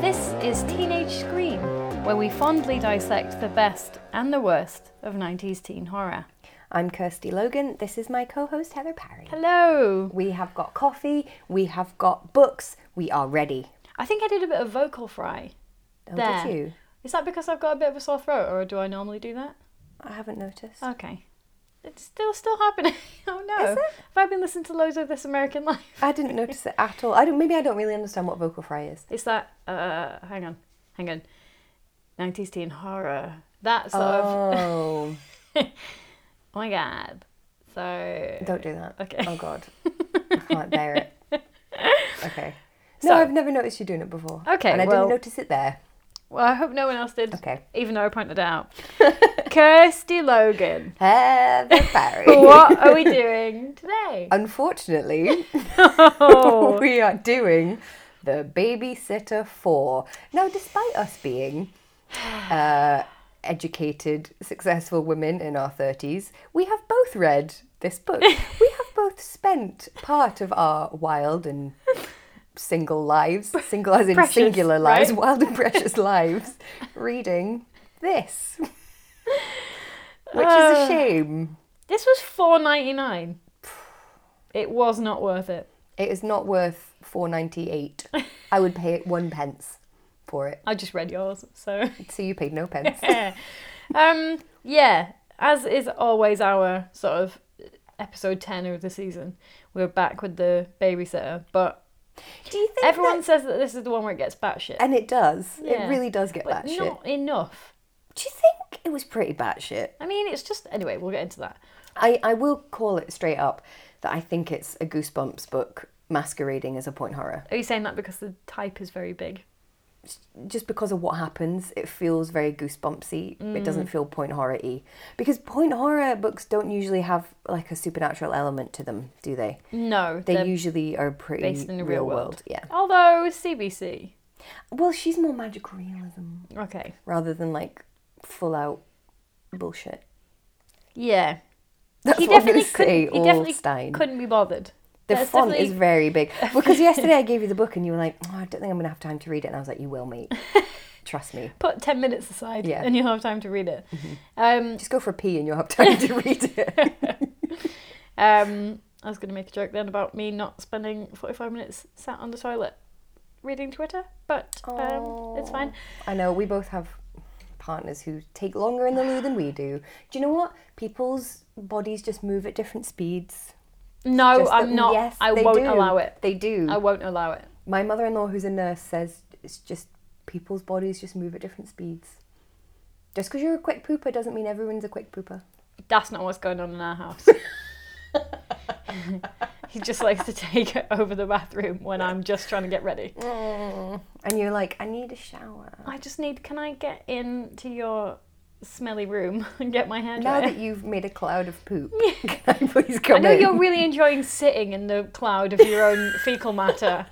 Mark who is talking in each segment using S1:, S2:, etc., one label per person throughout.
S1: This is Teenage Scream, where we fondly dissect the best and the worst of 90s teen horror.
S2: I'm Kirsty Logan. This is my co host, Heather Parry.
S1: Hello!
S2: We have got coffee, we have got books, we are ready.
S1: I think I did a bit of vocal fry.
S2: Oh,
S1: there.
S2: did you?
S1: Is that because I've got a bit of a sore throat, or do I normally do that?
S2: I haven't noticed.
S1: Okay. Oh, It's still still happening. oh no.
S2: Is it?
S1: Have I been listening to loads of This American Life?
S2: I didn't notice it at all. I don't, maybe I don't really understand what vocal fry is.
S1: It's that, uh, hang on, hang on. 90s teen horror. That sort of.
S2: Oh,
S1: Oh my god. So.
S2: don't do that.
S1: Okay.
S2: Oh, God. I can't bear it. Okay. No,
S1: So-
S2: I've never noticed you doing it before.
S1: Okay,
S2: And I
S1: well-
S2: didn't notice it there.
S1: Well, I hope no one else did.
S2: Okay.
S1: Even though I pointed it out. Kirsty Logan.
S2: Heather Parry.
S1: What are we doing today?
S2: Unfortunately,
S1: Oh.
S2: we are doing the babysitter 4 now despite us being uh, educated successful women in our 30s we have both read this book we have both spent part of our wild and single lives single as in
S1: Precious,
S2: singular lives
S1: right?
S2: wild and precious lives reading this which is a
S1: Oh.
S2: shame
S1: This was four ninety nine. It was not worth it.
S2: it is not worth 4.98 i would pay it one pence for it
S1: I just read yours, so
S2: So you paid no pence.
S1: um yeah. As is always our sort of episode ten of the season, we're back with the babysitter. But
S2: Do you think
S1: everyone
S2: that-
S1: says that this is the one where it gets batshit.
S2: and it does.
S1: Yeah.
S2: It really does get
S1: but
S2: batshit.
S1: not enough.
S2: Do you think it was pretty batshit?
S1: I mean, it's just anyway. We'll get into that.
S2: I, I will call it straight up that I think it's a Goosebumps book masquerading as a point horror.
S1: Are you saying that because the type is very big?
S2: Just because of what happens, it feels very Goosebumpsy. It doesn't feel point horror y. Because point horror books don't usually have like a supernatural element to them, do they?
S1: No,
S2: They
S1: they're
S2: usually are pretty
S1: based in the real, world.
S2: Yeah.
S1: Although CBC.
S2: Well, she's more magical realism
S1: Okay.
S2: rather than like full out bullshit.
S1: Yeah.
S2: That's
S1: he
S2: what I'm
S1: definitely
S2: going to say.
S1: couldn't. He definitely
S2: Ulstein.
S1: couldn't be bothered.
S2: The
S1: That's
S2: font
S1: definitely-
S2: is very big. Because yesterday I gave you the book and you were like, oh, I don't think I'm going to have time to read it. And I was like, you will, mate. Trust me.
S1: Put ten minutes aside,
S2: Yeah. Mm-hmm.
S1: and you'll have time to read it. Um,
S2: Just go for a pee and you'll have time to read it.
S1: um, I was going to make a joke then about me not spending forty-five minutes sat on the toilet reading Twitter, but um, it's fine.
S2: I know, we both have partners who take longer in the loo than we do. Do you know what? People's bodies just move at different speeds.
S1: No,
S2: Just
S1: Oh, I'm
S2: that-
S1: not.
S2: Yes,
S1: I
S2: they
S1: won't
S2: do. Mm.
S1: allow it.
S2: They do.
S1: I won't allow it.
S2: My mother in law, who's a nurse, says it's just people's bodies just move at different speeds. Just because you're a quick pooper doesn't mean everyone's a quick pooper.
S1: That's not what's going on in our house. he just likes to take over the bathroom when I'm just trying to get ready.
S2: And you're like, I need a shower.
S1: I just need. Can I get into your smelly room and get my hair
S2: Now
S1: dry?
S2: that you've made a cloud of poop, can I please come
S1: I know
S2: in?
S1: you're really enjoying sitting in the cloud of your own fecal matter,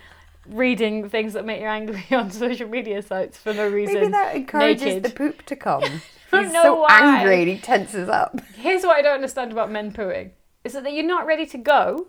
S1: reading things that make you angry on social media sites for no reason.
S2: Maybe that encourages
S1: naked.
S2: the poop to come. He's
S1: don't know
S2: so
S1: why.
S2: angry and he tenses up.
S1: Here's what I don't understand about men pooing: is it that you're not ready to go,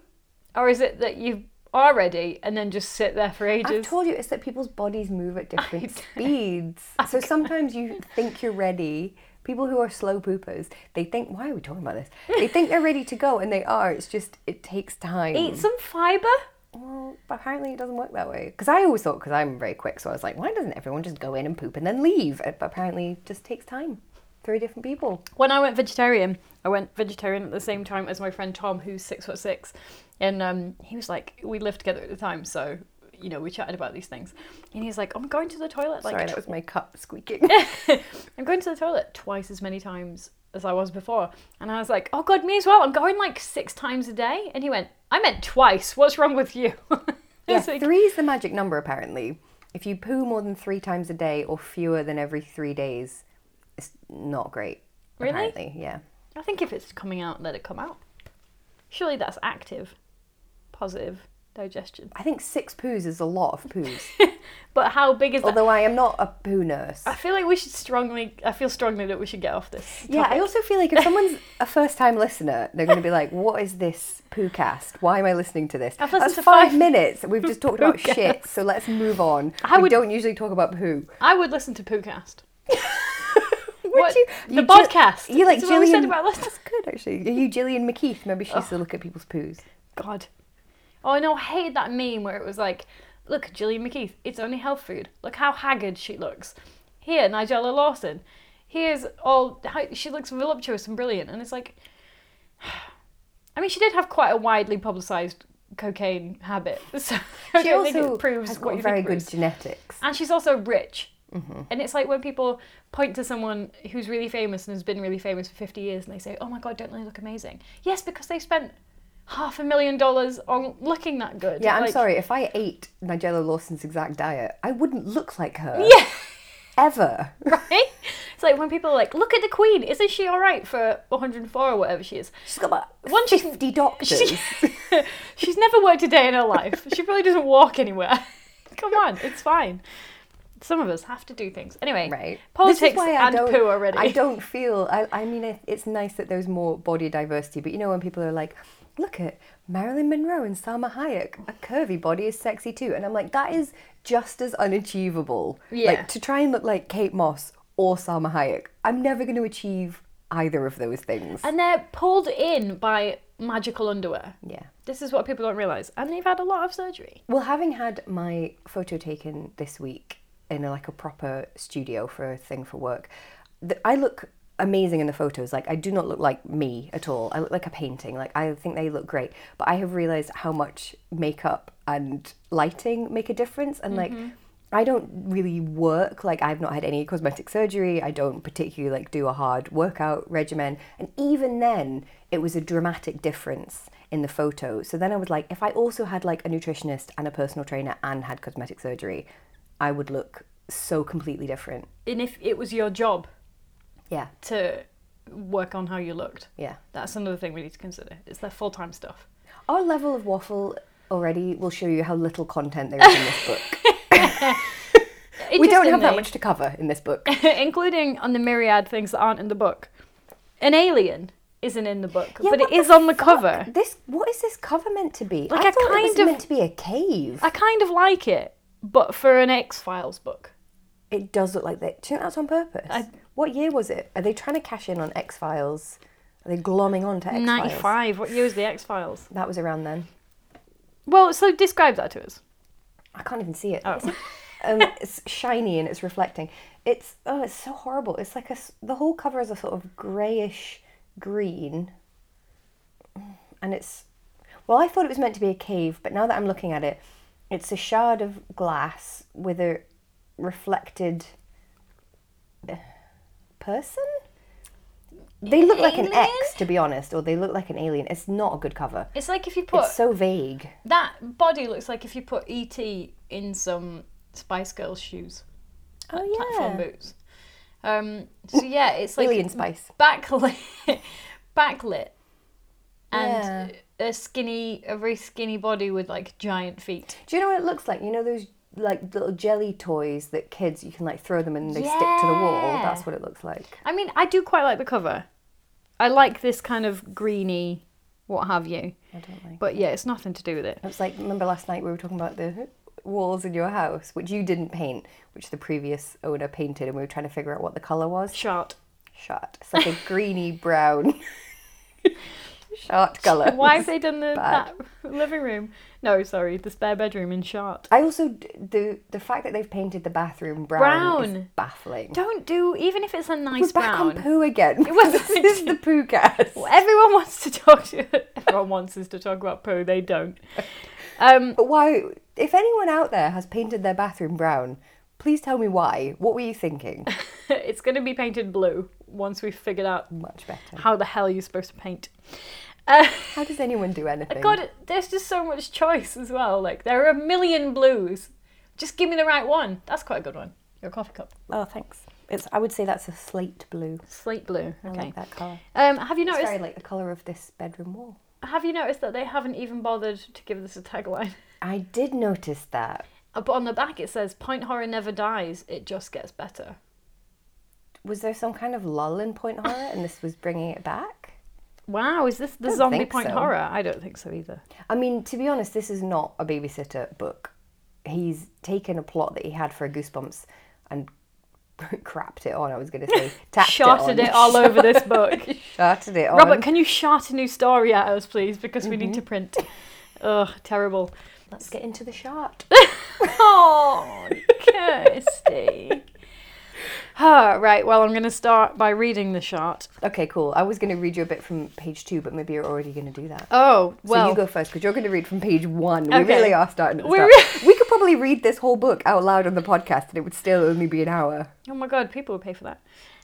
S1: or is it that you are ready and then just sit there for
S2: I've
S1: ages?
S2: told you it's that people's bodies move at different speeds. So sometimes you think you're ready. People who are slow poopers, they think, why are we talking about this? They think they're ready to go and they are. It's just, it takes time.
S1: Eat some fiber.
S2: Well, but apparently it doesn't work that way. Because I always thought, because I'm very quick, so I was like, why doesn't everyone just go in and poop and then leave? Uh, But apparently it just takes time. Three different people.
S1: When I went vegetarian, I went vegetarian at the same time as my friend Tom, who's six foot six, and um, he was like, we lived together at the time, so you know we chatted about these things, and he's like, I'm going to the toilet like
S2: Sorry, that was my cup squeaking.
S1: I'm going to the toilet twice as many times as I was before. And I was like, oh God, me as well. I'm going like six times a day. And he went, I meant twice. What's wrong with you?
S2: Yeah,
S1: It's like,
S2: three is the magic number, apparently. If you poo more than three times a day or fewer than every three days, it's not great.
S1: Really?
S2: Apparently, yeah.
S1: I think if it's coming out, let it come out. Surely that's active, positive digestion.
S2: I think six poos is a lot of poos.
S1: But how big is that?
S2: Although I am not a poo nurse.
S1: I feel like we should strongly. I feel strongly that we should get off this.
S2: Yeah, I
S1: topic.
S2: also feel like if someone's a first time listener, they're going to be like, what is this poo cast? Why am I listening to this?
S1: I've listened
S2: That's
S1: to
S2: five,
S1: five
S2: minutes. We've just talked about
S1: poo-casts.
S2: shit, so let's move on.
S1: I
S2: we
S1: would-
S2: don't usually talk about poo.
S1: I would listen to Poocast.
S2: Would
S1: What- the
S2: ju-
S1: podcast.
S2: You like
S1: That's what we said
S2: Gillian?
S1: about last-
S2: That's good actually. Are you Gillian McKeith? Maybe she used to look at people's poos.
S1: God. Oh no, I hated that meme where it was like, look, Gillian McKeith, it's only health food. Look how haggard she looks. Here, Nigella Lawson. Here's all how, she looks voluptuous and brilliant. And it's like I mean she did have quite a widely publicised cocaine habit. So I
S2: she
S1: don't
S2: also
S1: think it proves
S2: has
S1: what
S2: got
S1: you
S2: very
S1: think it
S2: good
S1: proves.
S2: genetics.
S1: And she's also rich.
S2: Mm-hmm.
S1: And it's like when people point to someone who's really famous and has been really famous for 50 years and they say, oh my God, don't they look amazing? Yes, because they spent half a million dollars on looking that good.
S2: Yeah, I'm
S1: Like,
S2: sorry. If I ate Nigella Lawson's exact diet, I wouldn't look like her.
S1: Yeah,
S2: Ever.
S1: right? It's like when people are like, look at the Queen, isn't she all right for 104 or whatever she is?
S2: She's got about
S1: Once she's-
S2: 50 doctors.
S1: She, she's never worked a day in her life. She probably doesn't walk anywhere. Come on, it's fine. Some of us have to do things. Anyway,
S2: Right. This is
S1: politics
S2: why I
S1: and
S2: don't-
S1: poo already.
S2: I don't feel. I, I mean, it- it's nice that there's more body diversity, but you know when people are like, "Look at Marilyn Monroe and Salma Hayek, a curvy body is sexy too," and I'm like, that is just as unachievable.
S1: Yeah.
S2: Like to try and look like Kate Moss or Salma Hayek, I'm never going to achieve either of those things.
S1: And they're pulled in by magical underwear.
S2: yeah.
S1: This is what people don't realise. And they've had a lot of surgery.
S2: Well, having had my photo taken this week in a, like a proper studio for a thing for work, th- I look amazing in the photos. Like I do not look like me at all. I look like a painting. Like I think they look great, but I have realized how much makeup and lighting make a difference. And like, I don't really work. Like I've not had any cosmetic surgery. I don't particularly like do a hard workout regimen. And even then, it was a dramatic difference in the photo. So then I was like, if I also had like a nutritionist and a personal trainer and had cosmetic surgery, I would look so completely different.
S1: And if it was your job
S2: Yeah,
S1: to work on how you looked,
S2: yeah.
S1: that's another thing we need to consider. It's their full time stuff.
S2: Our level of waffle already will show you how little content there is in this book. we don't have that
S1: Interestingly,
S2: much to cover in this book.
S1: including on the myriad things that aren't in the book. An alien isn't in the book,
S2: Yeah,
S1: but
S2: what
S1: it
S2: the
S1: is on the
S2: fuck?
S1: cover.
S2: This what is this cover meant to be?
S1: Like
S2: I
S1: a
S2: thought it was
S1: kind of-
S2: meant to be a cave.
S1: I kind of like it, but for an X Files book.
S2: It does look like that. Do you think that's on purpose?
S1: I-
S2: What year was it? Are they trying to cash in on X Files? Are they glomming on to X Files?
S1: 95. What year was the X Files?
S2: That was around then.
S1: Well, so describe that to us.
S2: I can't even see it.
S1: Oh.
S2: um, it's shiny and it's reflecting. It's oh, it's so horrible. It's like a s- the whole cover is a sort of grayish green, and it's well, I thought it was meant to be a cave, but now that I'm looking at it, it's a shard of glass with a reflected uh, person. They look like an
S1: Alien?
S2: X, to be honest, or they look like an alien. It's not a good cover.
S1: It's like if you put
S2: it's so vague.
S1: That body looks like if you put ET in some Spice Girls shoes,
S2: Oh
S1: platform boots. Um, so yeah, it's like
S2: alien spice.
S1: backlit, backlit, and
S2: Yeah.
S1: a skinny, a very skinny body with like giant feet.
S2: Do you know what it looks like? You know those like little jelly toys that kids you can like throw them and they stick to the wall.
S1: Yeah.
S2: That's what it looks like.
S1: I mean, I do quite like the cover. I like this kind of greeny, what have you.
S2: I don't like.
S1: But yeah, it's nothing to do with it.
S2: It's like remember last night we were talking about the walls in your house, which you didn't paint, which the previous owner painted, and we were trying to figure out what the color was.
S1: Shot.
S2: Shot. It's like a greeny brown. Shot color.
S1: Why have they done the, that living room? No, sorry, the spare bedroom in shot.
S2: I also d- the the fact that they've painted the bathroom brown, is
S1: Brown.
S2: baffling.
S1: Don't do even if it's a nice
S2: We're back
S1: brown.
S2: on poo again.
S1: was-
S2: this is the poo cast.
S1: Everyone wants to talk to everyone wants us to talk about poo. They don't. Um,
S2: But why? If anyone out there has painted their bathroom brown, please tell me why. What were you thinking?
S1: it's going to be painted blue once we've figured out
S2: Much better.
S1: how the hell you're supposed to paint. Uh,
S2: How does anyone do anything?
S1: God, there's just so much choice as well. Like there are a million blues. Just give me the right one. That's quite a good one. Your coffee cup.
S2: Oh, thanks. It's I would say that's a slate blue.
S1: Slate blue.
S2: I
S1: Okay.
S2: like that color.
S1: Um, have you
S2: It's
S1: noticed?
S2: very like the color of this bedroom wall.
S1: Have you noticed that they haven't even bothered to give this a tagline?
S2: I did notice that.
S1: Uh, But on the back it says, "Point horror never dies. It just gets better."
S2: Was there some kind of lull in Point Horror, and this was bringing it back?
S1: Wow, is this the
S2: Don't
S1: zombie
S2: think
S1: point
S2: so.
S1: horror? I don't think so either.
S2: I mean, to be honest, this is not a babysitter book. He's taken a plot that he had for Goosebumps and crapped it on. I was going to say, tacked
S1: Sharted
S2: it, on.
S1: it all over this book.
S2: Sharted it on.
S1: Robert, can you shart a new story at us, please? Because we
S2: Mm-hmm.
S1: need to print. Ugh, terrible.
S2: let's get into the shart.
S1: Oh, Kirsty. Huh, right, well, I'm going to start by reading the shart.
S2: okay, cool. I was going to read you a bit from page two, but maybe you're already going to do that.
S1: Oh, well.
S2: so you go first because you're going to read from page one. We
S1: Okay.
S2: really are starting. At the
S1: We're
S2: start. we could probably read this whole book out loud on the podcast, and it would still only be an hour.
S1: oh my god, people would pay for that.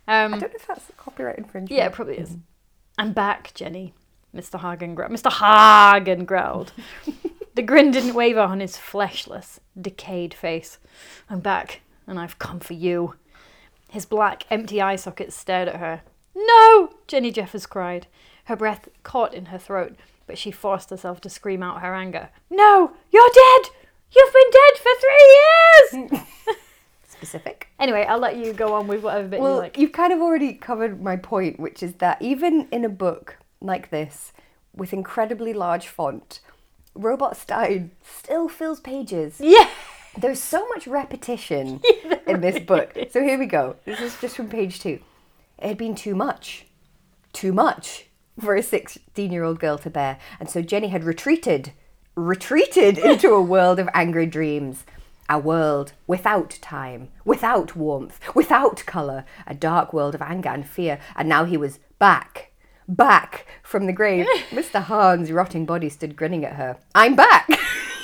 S1: Um,
S2: I don't know if that's copyright infringement.
S1: Yeah, it probably is. I'm back, Jenny. Mr. Hagen growled. Mr. Hagen growled. the grin didn't waver on his fleshless, decayed face. I'm back, and I've come for you. His black, empty eye sockets stared at her. No! Jenny Jeffers cried. Her breath caught in her throat, but she forced herself to scream out her anger. No! You're dead! You've been dead for three years!
S2: Specific.
S1: anyway, I'll let you go on with whatever bit
S2: Well,
S1: you like.
S2: you've kind of already covered my point, which is that even in a book like this, with incredibly large font, Robot Stein still fills pages.
S1: Yeah!
S2: There's so much repetition in this book. So here we go. This is just from page two. It had been too much. Too much for a 16 year old girl to bear. And so Jenny had retreated, retreated into a world of angry dreams. A world without time, without warmth, without colour, a dark world of anger and fear. And now he was back, back from the grave. Mr. Hahn's rotting body stood grinning at her. I'm back!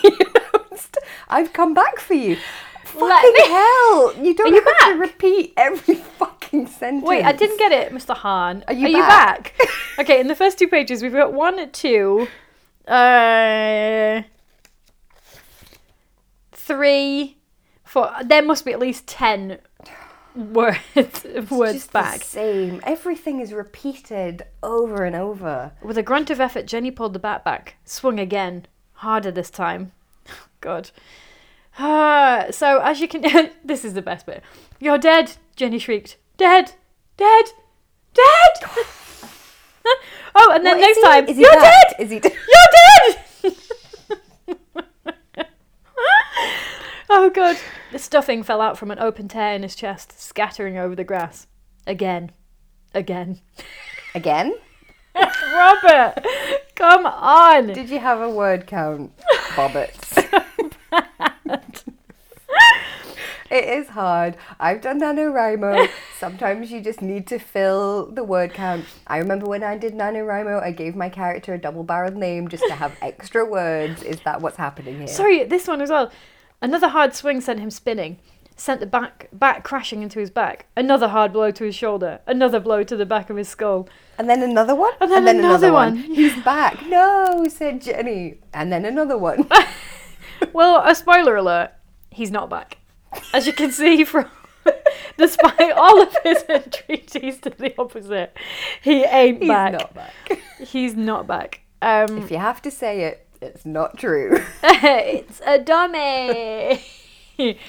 S2: You know, st- I've come back for you. Fucking
S1: me-
S2: hell! You don't
S1: you
S2: have to repeat every fucking sentence.
S1: Wait, I didn't get it, Mr. Hahn. Are
S2: you back?
S1: okay, in the first two pages, we've got one, two, uh, three, four. There must be at least ten words words
S2: just
S1: back.
S2: the same. Everything is repeated over and over.
S1: With a grunt of effort, Jenny pulled the bat back, swung again, harder this time. God. Ah, so, as you can. this is the best bit. You're dead, Jenny shrieked. Dead! Dead! Dead! oh, and then
S2: What,
S1: next
S2: is he-
S1: time.
S2: is he
S1: You're
S2: back?
S1: dead!
S2: Is he? dead?
S1: You're dead! oh, God. The stuffing fell out from an open tear in his chest, scattering over the grass. Again. Again.
S2: Again?
S1: Robert, come on.
S2: Did you have a word count, Bobbits? it is hard. I've done NaNoWriMo. Sometimes you just need to fill the word count. I remember when I did NaNoWriMo, I gave my character a double barreled name just to have extra words. Is that what's happening here?
S1: Sorry, this one as well. Another hard swing sent him spinning, sent the back back crashing into his back. Another hard blow to his shoulder. Another blow to the back of his skull.
S2: And then another one.
S1: And then another one.
S2: He's back. No, said Jenny. And then another one.
S1: Well, a spoiler alert: he's not back, as you can see from. Despite all of his entreaties to the opposite, he ain't
S2: He's
S1: back.
S2: not back.
S1: He's not back. Um,
S2: If you have to say it, it's not true.
S1: it's a dummy.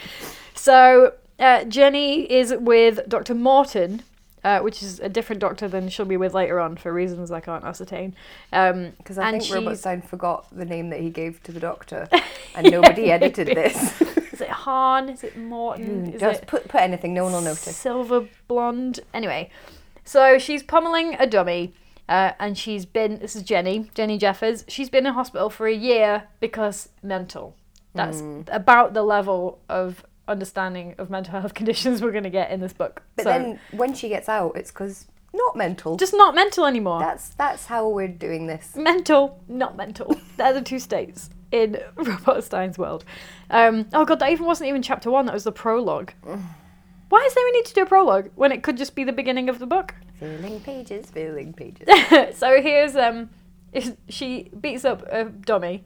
S1: so uh, Jenny is with Dr. Morton, uh, which is a different doctor than she'll be with later on for reasons I can't ascertain. Um, Because
S2: Because I
S1: and
S2: think Robert
S1: she's-
S2: Stein forgot the name that he gave to the doctor, and nobody edited this.
S1: Is it Hahn? Is it Morton? Is
S2: Just
S1: it
S2: put put anything, no one will notice.
S1: silver blonde? Anyway, so she's pommeling a dummy. Uh, and she's been, this is Jenny, Jenny Jeffers. She's been in hospital for a year because mental. That's
S2: Hmm.
S1: about the level of understanding of mental health conditions we're going to get in this book.
S2: But
S1: so,
S2: then when she gets out, it's because not mental.
S1: just not mental anymore.
S2: that's that's how we're doing this.
S1: mental, not mental. They're the two states in Robert Stein's world. Um, oh god, that even wasn't even chapter one. That was the prologue. Why is there a need to do a prologue when it could just be the beginning of the book?
S2: Filling pages, filling pages.
S1: so here's um, is- she beats up a dummy,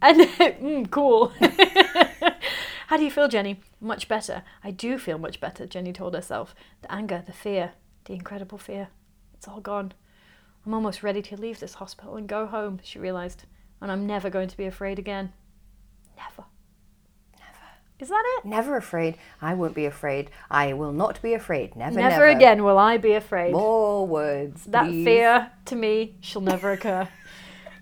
S1: and mm, cool. How do you feel, Jenny? Much better. I do feel much better, Jenny told herself. The anger, the fear, the incredible fear. It's all gone. I'm almost ready to leave this hospital and go home, she realised. And I'm never going to be afraid again. Never. Never. Is that it?
S2: Never afraid. I won't be afraid. I will not be afraid. Never,
S1: Never,
S2: never.
S1: again will I be afraid.
S2: More words.
S1: that
S2: please.
S1: fear to me shall never occur.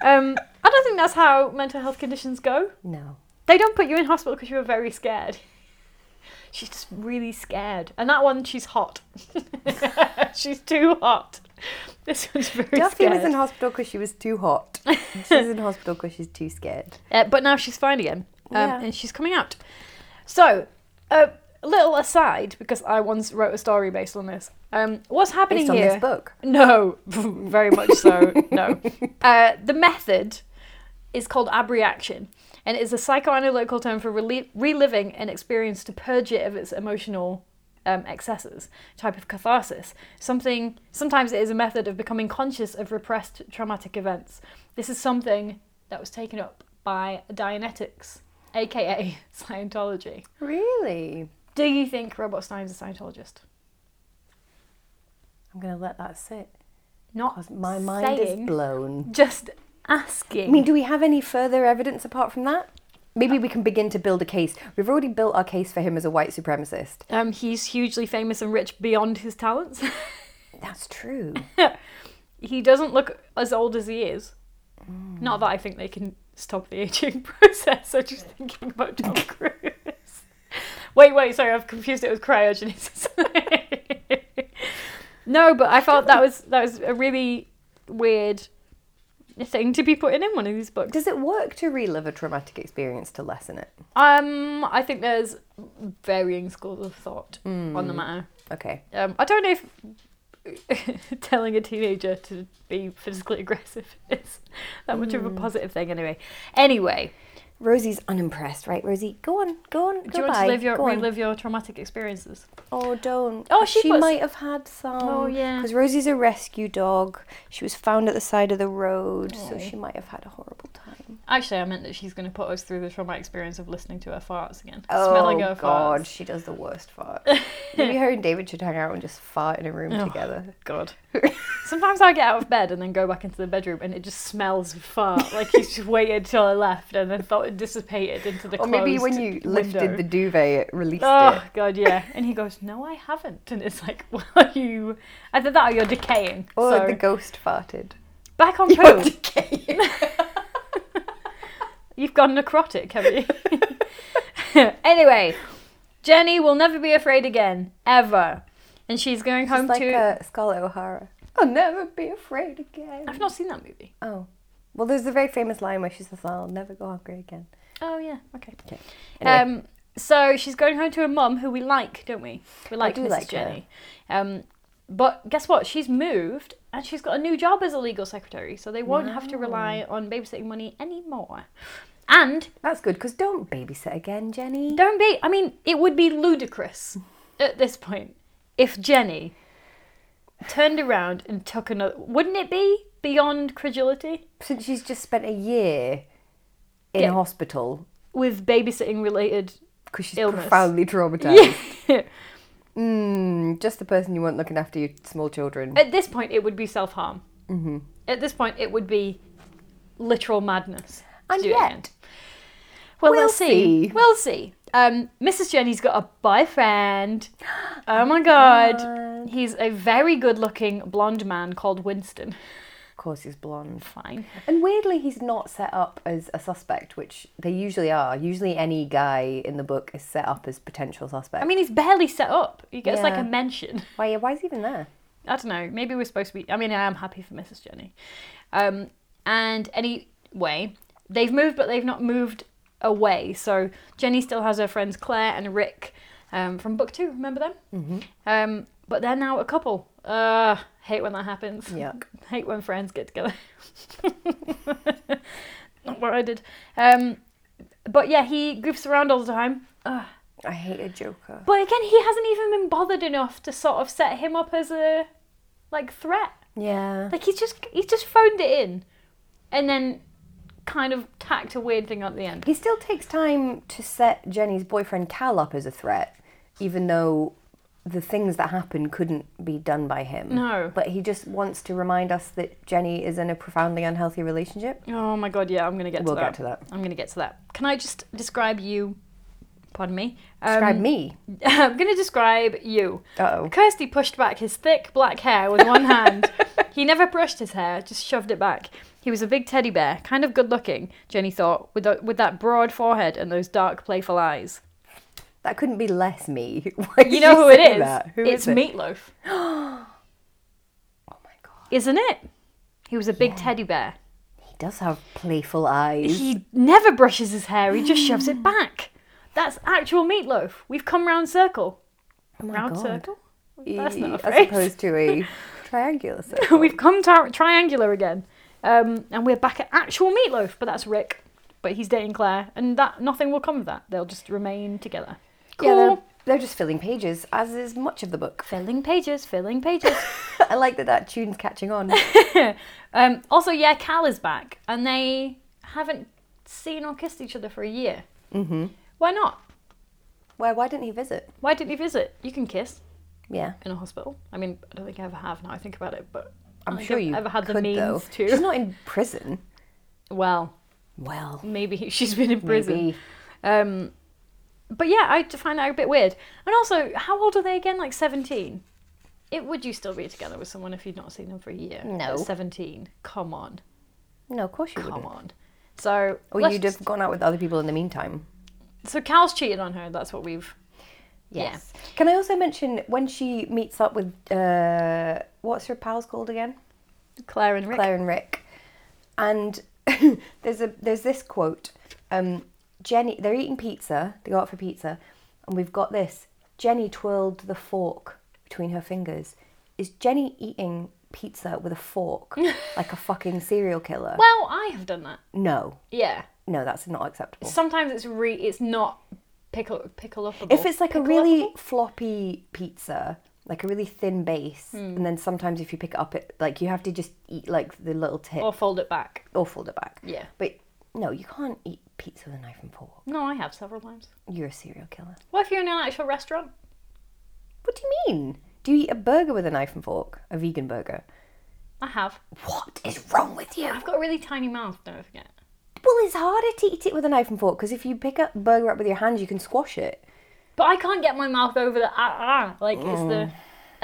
S1: um, I don't think that's how mental health conditions go.
S2: No.
S1: They don't put you in hospital because you were very scared. She's just really scared. And that one, she's hot. she's too hot. This one's very
S2: Duffy
S1: scared.
S2: was in hospital because she was too hot. She's in hospital because she's too scared.
S1: Uh, but now she's fine again, um,
S2: Yeah.
S1: and she's coming out. So, a little aside, because I once wrote a story based on this. Um, what's happening
S2: Based on
S1: here?
S2: this book.
S1: No, very much so. no, uh, the method is called abreaction, and it is a psychoanalytical term for reli- reliving an experience to purge it of its emotional um, excesses. Type of catharsis. Something. Sometimes it is a method of becoming conscious of repressed traumatic events. This is something that was taken up by Dianetics, aka Scientology.
S2: Really?
S1: Do you think Robert Stein's a Scientologist?
S2: I'm going to let that sit.
S1: Not
S2: My mind
S1: saying,
S2: is blown.
S1: just asking.
S2: I mean, do we have any further evidence apart from that? Maybe we can begin to build a case. We've already built our case for him as a white supremacist.
S1: Um, he's hugely famous and rich beyond his talents.
S2: That's true.
S1: he doesn't look as old as he is. Not that I think they can stop the aging process. I'm just thinking about Tom Cruise. wait, wait, sorry, I've confused it with cryogenesis. no, but I felt that was that was a really weird thing to be putting in one of these books.
S2: Does it work to relive a traumatic experience to lessen it?
S1: Um, I think there's varying schools of thought on the matter.
S2: Okay.
S1: Um, I don't know if telling a teenager to be physically aggressive is that much of
S2: Mm.
S1: a positive thing, anyway. Anyway,
S2: Rosie's unimpressed, right? Rosie, go on, go on,
S1: do you
S2: go
S1: want
S2: by,
S1: to live your,
S2: go on.
S1: relive your traumatic experiences?
S2: Oh, don't.
S1: Oh, she puts-
S2: might have had some.
S1: Oh, yeah.
S2: Because Rosie's a rescue dog. She was found at the side of the road, so she might have had a horrible time.
S1: Actually, I meant that she's going to put us through the traumatic experience of listening to her farts again,
S2: Oh
S1: smelling her
S2: God,
S1: farts.
S2: she does the worst fart. Maybe her and David should hang out and just fart in a room
S1: Oh.
S2: together.
S1: God. Sometimes I get out of bed and then go back into the bedroom and it just smells of fart. Like you just waited till I left and then thought it dissipated into the
S2: Or maybe when
S1: closed
S2: you lifted
S1: window.
S2: the duvet, it released
S1: Oh
S2: it.
S1: god, yeah. And he goes, "No, I haven't." And it's like, "Well, are you either that or you're decaying."
S2: Or
S1: so
S2: Oh, the ghost farted.
S1: back on
S2: You're
S1: track. You've gone necrotic, have you? anyway, Jenny will never be afraid again, ever, and she's going
S2: Just
S1: home
S2: like
S1: to.
S2: uh, Scarlett O'Hara. I'll never be afraid again.
S1: I've not seen that movie.
S2: Oh. Well, there's the very famous line where she says, I'll never go hungry again.
S1: Oh yeah, okay.
S2: Okay. Anyway.
S1: Um, so she's going home to her mum, who we like, don't we? We like
S2: do
S1: Mrs.
S2: like her.
S1: Jenny. Um, but guess what? She's moved and she's got a new job as a legal secretary, so they won't have to rely on babysitting money anymore. And
S2: That's good, because don't babysit again, Jenny.
S1: don't be, I mean, it would be ludicrous at this point if Jenny turned around and took another. Wouldn't it be beyond credulity
S2: Since she's just spent a year in
S1: Yeah.
S2: hospital
S1: with babysitting related?
S2: because she's
S1: Illness.
S2: profoundly traumatized.
S1: Yeah.
S2: Mm, just the person you want looking after your small children.
S1: At this point, it would be self harm. Mm-hmm. At this point, it would be literal madness. to
S2: And
S1: do it
S2: yet-
S1: again. well, we'll,
S2: we'll
S1: see.
S2: see.
S1: We'll see. Um, Mrs. Jenny's got a boyfriend. Oh my god.
S2: God.
S1: He's a very good looking blonde man called Winston.
S2: Of course, he's blonde.
S1: Fine.
S2: And weirdly, he's not set up as a suspect, which they usually are. Usually, any guy in the book is set up as potential suspect.
S1: I mean, he's barely set up. He gets like
S2: Yeah.
S1: a mention.
S2: why, why is he even there?
S1: I don't know. Maybe we're supposed to be. I mean, I am happy for Mrs. Jenny. Um, and anyway, they've moved, but they've not moved away. So Jenny still has her friends Claire and Rick um, from book two. Remember them? Mm-hmm. Um, but they're now a couple. Uh, hate when that happens.
S2: Yuck.
S1: Hate when friends get together. not what I did. Um, but yeah, he goofs around all the time. Ugh.
S2: I hate a joker.
S1: But again, he hasn't even been bothered enough to sort of set him up as a like threat.
S2: Yeah.
S1: Like he's just he's just phoned it in, and then kind of tacked a weird thing at the end.
S2: He still takes time to set Jenny's boyfriend Cal up as a threat, even though the things that happened couldn't be done by him.
S1: No.
S2: But he just wants to remind us that Jenny is in a profoundly unhealthy relationship.
S1: Oh my god, yeah, I'm gonna get
S2: We'll
S1: to
S2: get
S1: that.
S2: to that.
S1: I'm gonna get to that. Can I just describe you? Pardon me.
S2: Describe
S1: Um,
S2: me. Oh.
S1: I'm gonna describe you.
S2: Uh-oh.
S1: Kirsty pushed back his thick black hair with one hand. he never brushed his hair, just shoved it back. He was a big teddy bear, kind of good looking, Jenny thought, with, tho- with that broad forehead and those dark, playful eyes.
S2: That couldn't be less me. Why did
S1: You know who it
S2: say
S1: is?
S2: That? Who
S1: it's
S2: is it?
S1: Meatloaf,
S2: Oh my god.
S1: isn't it? He was a big teddy bear.
S2: He does have playful eyes.
S1: He never brushes his hair, he just shoves it back. That's actual Meatloaf. We've come round circle.
S2: oh my
S1: Round
S2: god.
S1: circle? That's not a
S2: As
S1: phrase.
S2: opposed to a triangular circle.
S1: We've come to triangular again, um, and we're back at actual meatloaf. But that's Rick, but he's dating Claire, and that nothing will come of that. They'll just remain together. Cool.
S2: Yeah, they're, they're just filling pages, as is much of the book.
S1: Filling pages, filling pages.
S2: I like that that tune's catching on.
S1: um, also, yeah, Cal is back, and they haven't seen or kissed each other for a year. Mm-hmm. Why not?
S2: Why? Why didn't he visit?
S1: Why didn't you visit? You can kiss
S2: Yeah,
S1: in a hospital. I mean, I don't think I ever have. Now I think about it, but I
S2: I'm
S1: don't
S2: sure
S1: think
S2: you
S1: I've ever had
S2: could
S1: the means
S2: though.
S1: to.
S2: She's not in prison.
S1: Well,
S2: Well,
S1: maybe she's been in prison.
S2: maybe.
S1: Um, but yeah, I d- find that a bit weird. And also, how old are they again? Like seventeen. It would you still be together with someone if you'd not seen them for a year?
S2: No.
S1: At seventeen. Come on,
S2: No, of course you
S1: come
S2: wouldn't.
S1: on. So
S2: Or
S1: let's
S2: you'd have gone out with other people in the meantime.
S1: just- so Cal's cheated on her. That's what we've.
S2: Yes. Can I also mention when she meets up with uh, what's her pals called again?
S1: Yeah. Claire and Rick.
S2: Claire and Rick. And there's a there's this quote. Um, Jenny, they're eating pizza. They go out for pizza, and we've got this. Jenny twirled the fork between her fingers. Is Jenny eating pizza with a fork like a fucking serial killer?
S1: Well, I have done that.
S2: No,
S1: Yeah.
S2: no, that's not acceptable.
S1: Sometimes it's re. It's not pickle pickle up.
S2: If it's like a really floppy pizza, like a really thin base,
S1: Hmm.
S2: and then sometimes if you pick it up, it like you have to just eat like the little tip
S1: or fold it back.
S2: or fold it back.
S1: Yeah.
S2: But no, you can't eat pizza with a knife and fork.
S1: No, I have several times.
S2: You're a serial killer.
S1: What if you're in an actual restaurant?
S2: What do you mean? Do you eat a burger with a knife and fork? A vegan burger?
S1: I have.
S2: What is wrong with you?
S1: I've got a really tiny mouth. Don't forget.
S2: Well, it's harder to eat it with a knife and fork because if you pick up burger up with your hands, you can squash it.
S1: But I can't get my mouth over the ah ah. Like it's
S2: Mm.
S1: the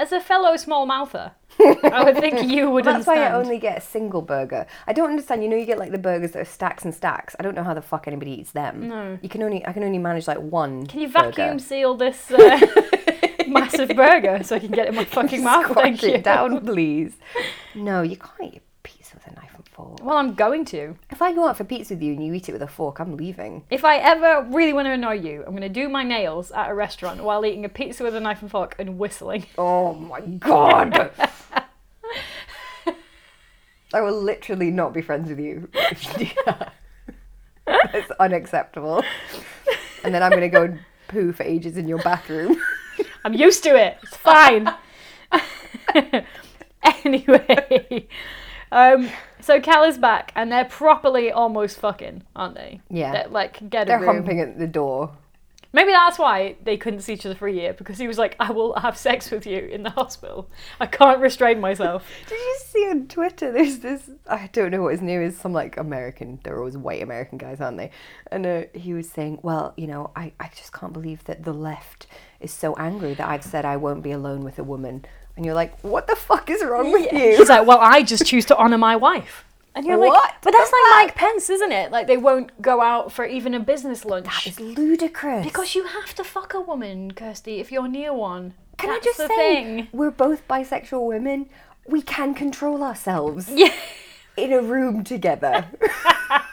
S1: as a fellow small mouther, I would think you would
S2: That's why I
S1: understand.
S2: only get a single burger. I don't understand. You know, you get like the burgers that are stacks and stacks. I don't know how the fuck anybody eats them.
S1: No.
S2: You can only I can only manage like one.
S1: Can you
S2: burger.
S1: vacuum seal this uh, massive burger so I can get it in my fucking mouth?
S2: Squash
S1: Thank you.
S2: it down, please. No, you can't eat pizza with a knife and fork.
S1: Well, I'm going to.
S2: If I go out for pizza with you and you eat it with a fork, I'm leaving.
S1: If I ever really want to annoy you, I'm going to do my nails at a restaurant while eating a pizza with a knife and fork and whistling.
S2: Oh my god. I will literally not be friends with you if you do that. It's unacceptable. And then I'm gonna go and poo for ages in your bathroom.
S1: I'm used to it. It's fine. anyway, um, so Cal is back, and they're properly almost fucking, aren't they?
S2: Yeah.
S1: They're, like get a
S2: They're
S1: room.
S2: humping at the door.
S1: Maybe that's why they couldn't see each other for a year because he was like, "I will have sex with you in the hospital. I can't restrain myself."
S2: Did you see on Twitter? There's this. I don't know what his name is. Some like American. They're always white American guys, aren't they? And uh, he was saying, "Well, you know, I, I just can't believe that the left is so angry that I've said I won't be alone with a woman." And you're like, "What the fuck is wrong with you?"
S1: He's like, "Well, I just choose to honor my wife." And you're
S2: What
S1: like, "But that's
S2: the
S1: like Mike Pence, isn't it? Like they won't go out for even a business lunch."
S2: It's ludicrous.
S1: because you have to fuck a woman, Kirsty, if you're near one.
S2: can
S1: That's
S2: I just
S1: the
S2: say,
S1: thing.
S2: we're both bisexual women. We can control ourselves
S1: Yeah.
S2: in a room together.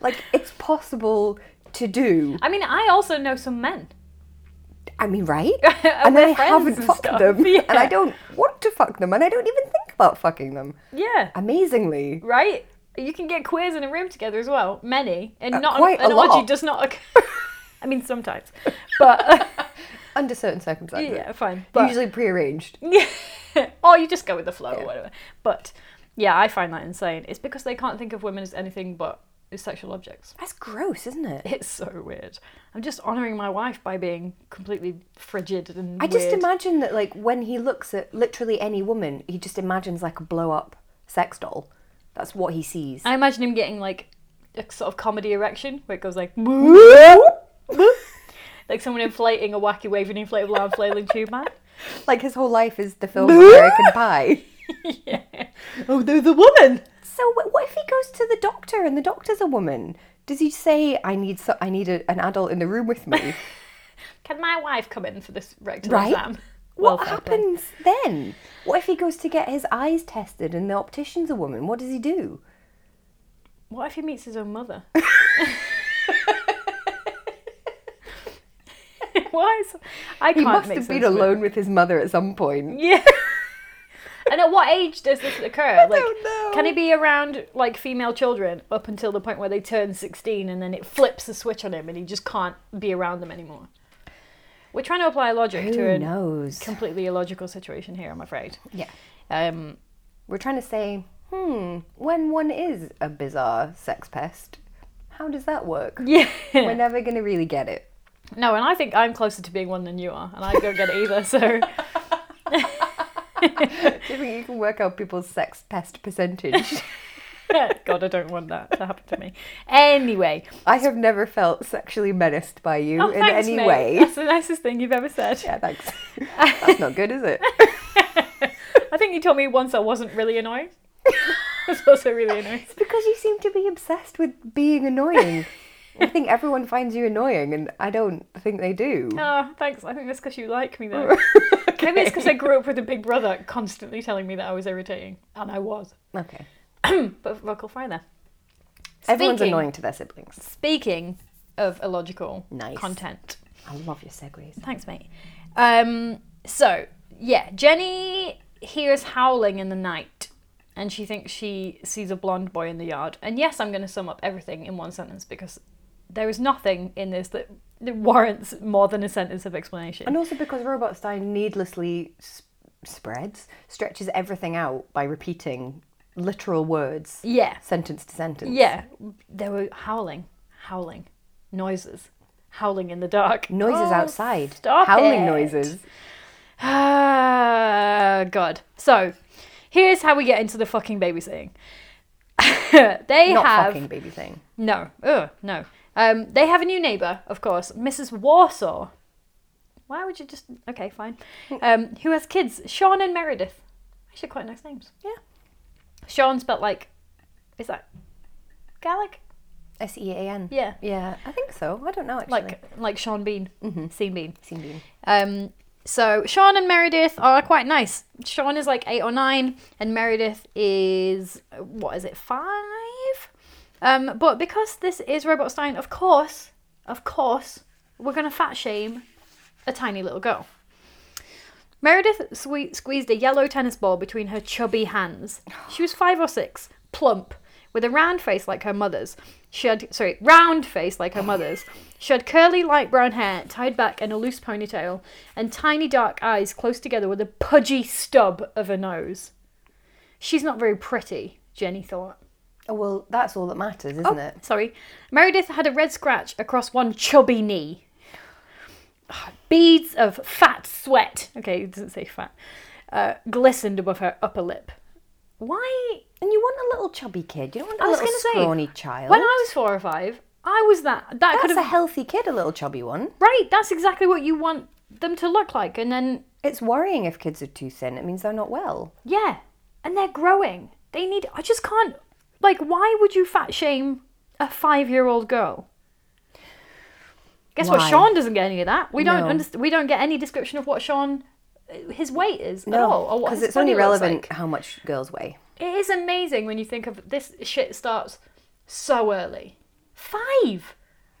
S2: like it's possible to do.
S1: I mean, I also know some men.
S2: I mean, right?
S1: And
S2: and then I
S1: we're friends
S2: haven't
S1: and
S2: fucked
S1: stuff,
S2: them,
S1: yeah.
S2: and I don't want to fuck them, and I don't even think about fucking them.
S1: Yeah.
S2: Amazingly,
S1: Right? You can get queers in a room together as well. Many. And not
S2: Uh, quite
S1: an,
S2: a
S1: an orgy
S2: lot.
S1: does not occur. I mean, sometimes. But
S2: under certain circumstances,
S1: yeah, fine. But
S2: usually prearranged.
S1: or you just go with the flow or whatever. But yeah, I find that insane. It's because they can't think of women as anything but with sexual objects.
S2: That's gross, isn't it?
S1: It's so weird. I'm just honouring my wife by being completely frigid and
S2: I just
S1: weird.
S2: imagine that, like, when he looks at literally any woman, he just imagines like a blow up sex doll. That's what he sees.
S1: I imagine him getting like a sort of comedy erection where it goes like like someone inflating a wacky waving inflatable arm flailing tube man.
S2: like, his whole life is the film American Pie.
S1: yeah. Oh, there's a woman.
S2: So wh- what if he goes to the doctor and the doctor's a woman? Does he say I need so- I need a, an adult in the room with me?
S1: Can my wife come in for this rectal
S2: Right?
S1: exam?
S2: what
S1: fair play.
S2: happens then? What if he goes to get his eyes tested and the optician's a woman? What does he do?
S1: What if he meets his own mother? Why? Is... I can't
S2: He must
S1: make
S2: have
S1: sense
S2: been
S1: of it.
S2: alone with his mother at some point.
S1: Yeah. and at what age does this occur? like,
S2: don't know.
S1: can it be around like female children up until the point where they turn 16 and then it flips the switch on him and he just can't be around them anymore? We're trying to apply logic to
S2: Who
S1: a
S2: knows?
S1: completely illogical situation here, I'm afraid.
S2: Yeah.
S1: Um,
S2: We're trying to say, hmm, when one is a bizarre sex pest, how does that work?
S1: yeah.
S2: We're never going to really get it.
S1: No, and I think I'm closer to being one than you are, and I don't get it either, so.
S2: Do you think you can work out people's sex pest percentage?
S1: God, I don't want that to happen to me. Anyway,
S2: I have never felt sexually menaced by you
S1: oh,
S2: in
S1: thanks,
S2: any
S1: mate.
S2: way.
S1: That's the nicest thing you've ever said.
S2: Yeah, thanks. That's not good, is it?
S1: I think you told me once I wasn't really annoying. That's also really annoying.
S2: It's because you seem to be obsessed with being annoying. I think everyone finds you annoying, and I don't think they do.
S1: Oh, thanks. I think that's because you like me, though. Maybe it's because I grew up with a big brother constantly telling me that I was irritating, and I was.
S2: Okay.
S1: But vocal fry there.
S2: Everyone's
S1: Speaking-
S2: annoying to their siblings.
S1: Speaking of illogical
S2: Nice.
S1: content,
S2: I love your segues.
S1: thanks, mate. Um, so yeah, Jenny hears howling in the night, and she thinks she sees a blonde boy in the yard. And yes, I'm going to sum up everything in one sentence because there is nothing in this that, that warrants more than a sentence of explanation.
S2: And also because Robot Stein needlessly s- spreads, stretches everything out by repeating literal words,
S1: Yeah.
S2: sentence to sentence.
S1: Yeah. They were howling, howling, noises, howling in the dark.
S2: Noises
S1: Oh,
S2: outside,
S1: stop
S2: howling
S1: it.
S2: noises.
S1: Ah, God. So, here's how we get into the fucking babysitting. they
S2: Not
S1: have
S2: fucking baby thing.
S1: no, ugh, no. Um, they have a new neighbor, of course, Mrs. Warsaw. Why would you just okay, fine? Um, who has kids, Sean and Meredith? Actually, quite nice names.
S2: Yeah.
S1: Sean spelled like, is that Gaelic?
S2: S E A N.
S1: Yeah,
S2: Yeah, I think so. I don't know actually. Mm-hmm.
S1: like like Sean Bean, mm Sean Bean.
S2: Seen Bean.
S1: Um, so Sean and Meredith are quite nice. Sean is like eight or nine, and Meredith is what is it five? Um, but because this is Robot Stein, of course, of course, we're gonna fat shame a tiny little girl. Meredith sque- squeezed a yellow tennis ball between her chubby hands. She was five or six, plump, with a round face like her mother's. She had, sorry, round face like her mother's. She had curly light brown hair tied back in a loose ponytail and tiny dark eyes close together with a pudgy stub of a nose. She's not very pretty, Jenny thought.
S2: Oh, well, that's all that matters, isn't
S1: Oh,
S2: it?
S1: Sorry. Meredith had a red scratch across one chubby knee. Beads of fat sweat. Okay, it doesn't say fat. Uh, glistened above her upper lip. Why?
S2: And you want a little chubby kid. You don't want a
S1: I was
S2: little
S1: gonna say,
S2: scrawny child.
S1: When I was four or five, I was that. That could
S2: that's a
S1: have.
S2: healthy kid, a little chubby one.
S1: Right, that's exactly what you want them to look like. And then,
S2: It's worrying if kids are too thin. It means they're not well.
S1: yeah. And they're growing. They need. I just can't. Like, why would you fat shame a five year old girl? Guess what?
S2: Why?
S1: Sean doesn't get any of that. We don't
S2: No.
S1: understand. We don't get any description of what Sean, uh, his weight is at all, or oh, what
S2: because
S1: his
S2: it's only
S1: body looks
S2: relevant
S1: like.
S2: how much girls weigh.
S1: It is amazing when you think of this shit starts so early. Five.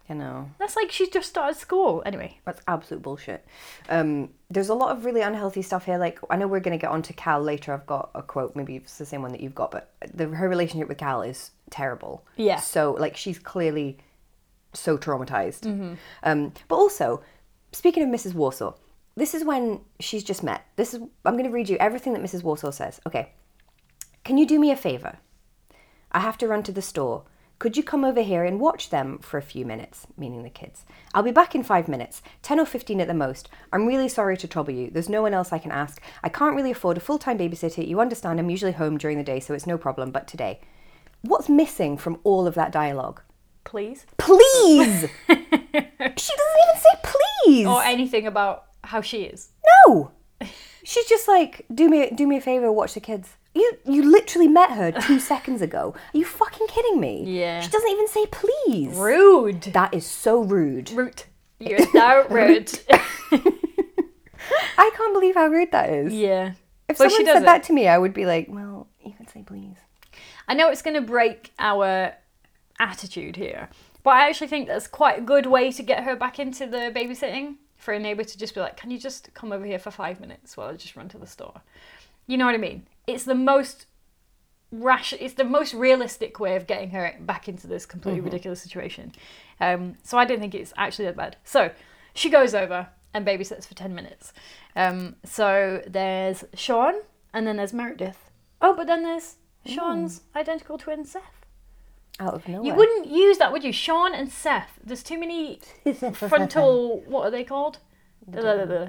S2: You know,
S1: That's like she just started school. Anyway,
S2: that's absolute bullshit. Um, there's a lot of really unhealthy stuff here. Like, I know we're going to get onto Cal later. I've got a quote. Maybe it's the same one that you've got, but the, her relationship with Cal is terrible.
S1: Yeah.
S2: So, like, she's clearly so traumatized. Um, but also, speaking of Mrs. Warsaw, this is when she's just met. This is I'm going to read you everything that Mrs. Warsaw says. Okay. Can you do me a favor? I have to run to the store. Could you come over here and watch them for a few minutes? Meaning the kids. I'll be back in five minutes, 10 or 15 at the most. I'm really sorry to trouble you. There's no one else I can ask. I can't really afford a full time babysitter. You understand, I'm usually home during the day, so it's no problem, but today. What's missing from all of that dialogue?
S1: Please.
S2: Please! she doesn't even say please!
S1: Or anything about how she is.
S2: No. She's just like, do me, do me a favor, watch the kids. You, you literally met her two seconds ago. Are you fucking kidding me?
S1: Yeah.
S2: She doesn't even say please.
S1: Rude.
S2: That is so rude.
S1: Root. You're so rude.
S2: I can't believe how rude that is.
S1: yeah.
S2: If
S1: But she
S2: someone
S1: does
S2: said
S1: it.
S2: that to me, I would be like, well, you could say please.
S1: I know it's going to break our attitude here, but I actually think that's quite a good way to get her back into the babysitting for a neighbour to just be like, can you just come over here for five minutes while I just run to the store? You know what I mean? It's the most rash it's the most realistic way of getting her back into this
S2: Mm-hmm.
S1: completely ridiculous situation um, so i don't think it's actually that bad so she goes over and babysits for 10 minutes um, so there's sean and then there's meredith oh but then there's sean's identical twin seth
S2: Out of nowhere.
S1: you wouldn't use that would you sean and seth there's too many frontal what are they called Da- da- da- da.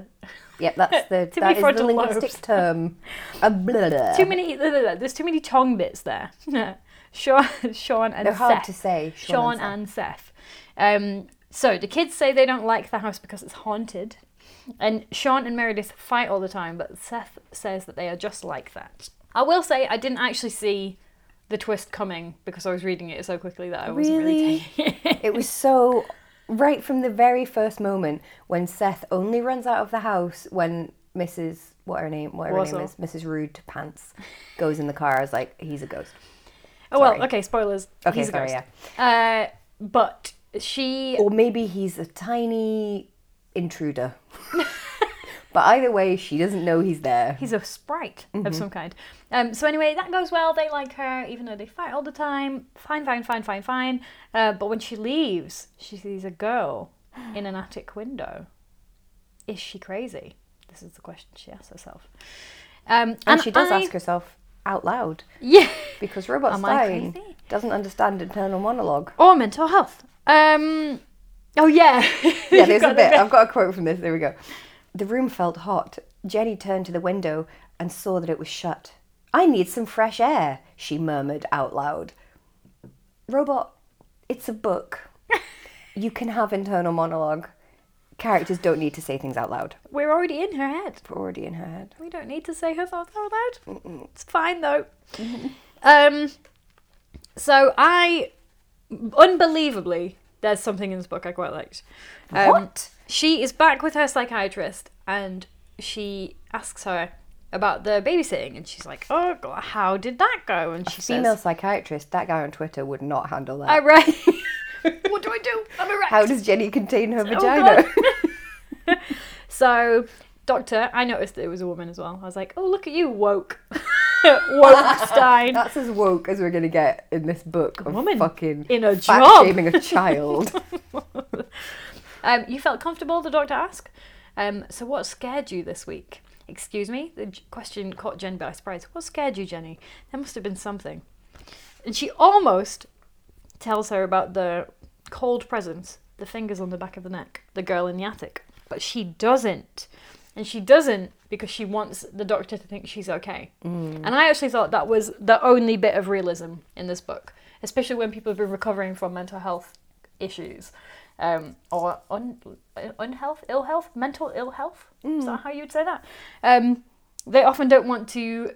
S2: Yep, that's the,
S1: To
S2: that
S1: be
S2: is the
S1: frontal
S2: linguistic
S1: lobes.
S2: term. A blah, blah.
S1: too many da- da- da. there's too many tongue bits there sean sean and
S2: They're
S1: seth
S2: hard to say.
S1: Sean
S2: Seth.
S1: and Seth. Um, so the kids say they don't like the house because it's haunted, and Sean and Meredith fight all the time. But Seth says that they are just like that. I will say I didn't actually see the twist coming because I was reading it so quickly that I wasn't really.
S2: Really?
S1: taking it.
S2: It was so right from the very first moment when Seth only runs out of the house when Mrs. What her name? What her
S1: Wazzle.
S2: name is? Mrs. Rude Pants goes in the car. I was like, he's a ghost.
S1: oh well,
S2: Sorry.
S1: okay, spoilers.
S2: Okay,
S1: He's a
S2: sorry,
S1: ghost. Uh, but she
S2: Or maybe he's a tiny intruder. but either way, she doesn't know he's there.
S1: He's a sprite of some kind. Um, so anyway, that goes well. They like her, even though they fight all the time. Fine, fine, fine, fine, fine. Uh, but when she leaves, she sees a girl in an attic window. Is she crazy? This is the question she asks herself. Um, and,
S2: And, she does
S1: I-
S2: ask herself out loud
S1: yeah,
S2: because Robot
S1: Am I
S2: Stein
S1: crazy?
S2: doesn't understand internal monologue.
S1: or mental health. Um, oh yeah,
S2: Yeah,
S1: You've
S2: there's a
S1: got the
S2: bit. I've got a quote from this. There we go. The room felt hot. Jenny turned to the window and saw that it was shut. I need some fresh air, she murmured out loud. Robot, it's a book. you can have internal monologue. Characters don't need to say things out loud.
S1: We're already in her head.
S2: We're already in her head.
S1: We don't need to say her thoughts out loud. It's fine though.
S2: Mm-hmm.
S1: um, so I, unbelievably, there's something in this book I quite liked. Um,
S2: What?
S1: She is back with her psychiatrist, and she asks her about the babysitting, and she's like, "Oh God, how did that go?" And she
S2: Female
S1: says,
S2: psychiatrist, that guy on Twitter would not handle that.
S1: "I right. what do I do? I'm erect."
S2: How does Jenny contain her vagina?
S1: Oh, God. So, doctor, I noticed that it was a woman as well. I was like, "Oh, look at you, woke, woke Stein."
S2: That's as woke as we're gonna get in this book of
S1: woman
S2: fucking
S1: in a
S2: fat
S1: job.
S2: shaming a child.
S1: Um, you felt comfortable, the doctor asked. Um, so, what scared you this week? Excuse me? The j- question caught Jenny by surprise. What scared you, Jenny? There must have been something. And she almost tells her about the cold presence, the fingers on the back of the neck, the girl in the attic. But she doesn't. And she doesn't because she wants the doctor to think she's okay. And I actually thought that was the only bit of realism in this book, especially when people have been recovering from mental health issues um, or un- unhealth, ill health, mental ill health. Is that how you'd say that? Um, they often don't want to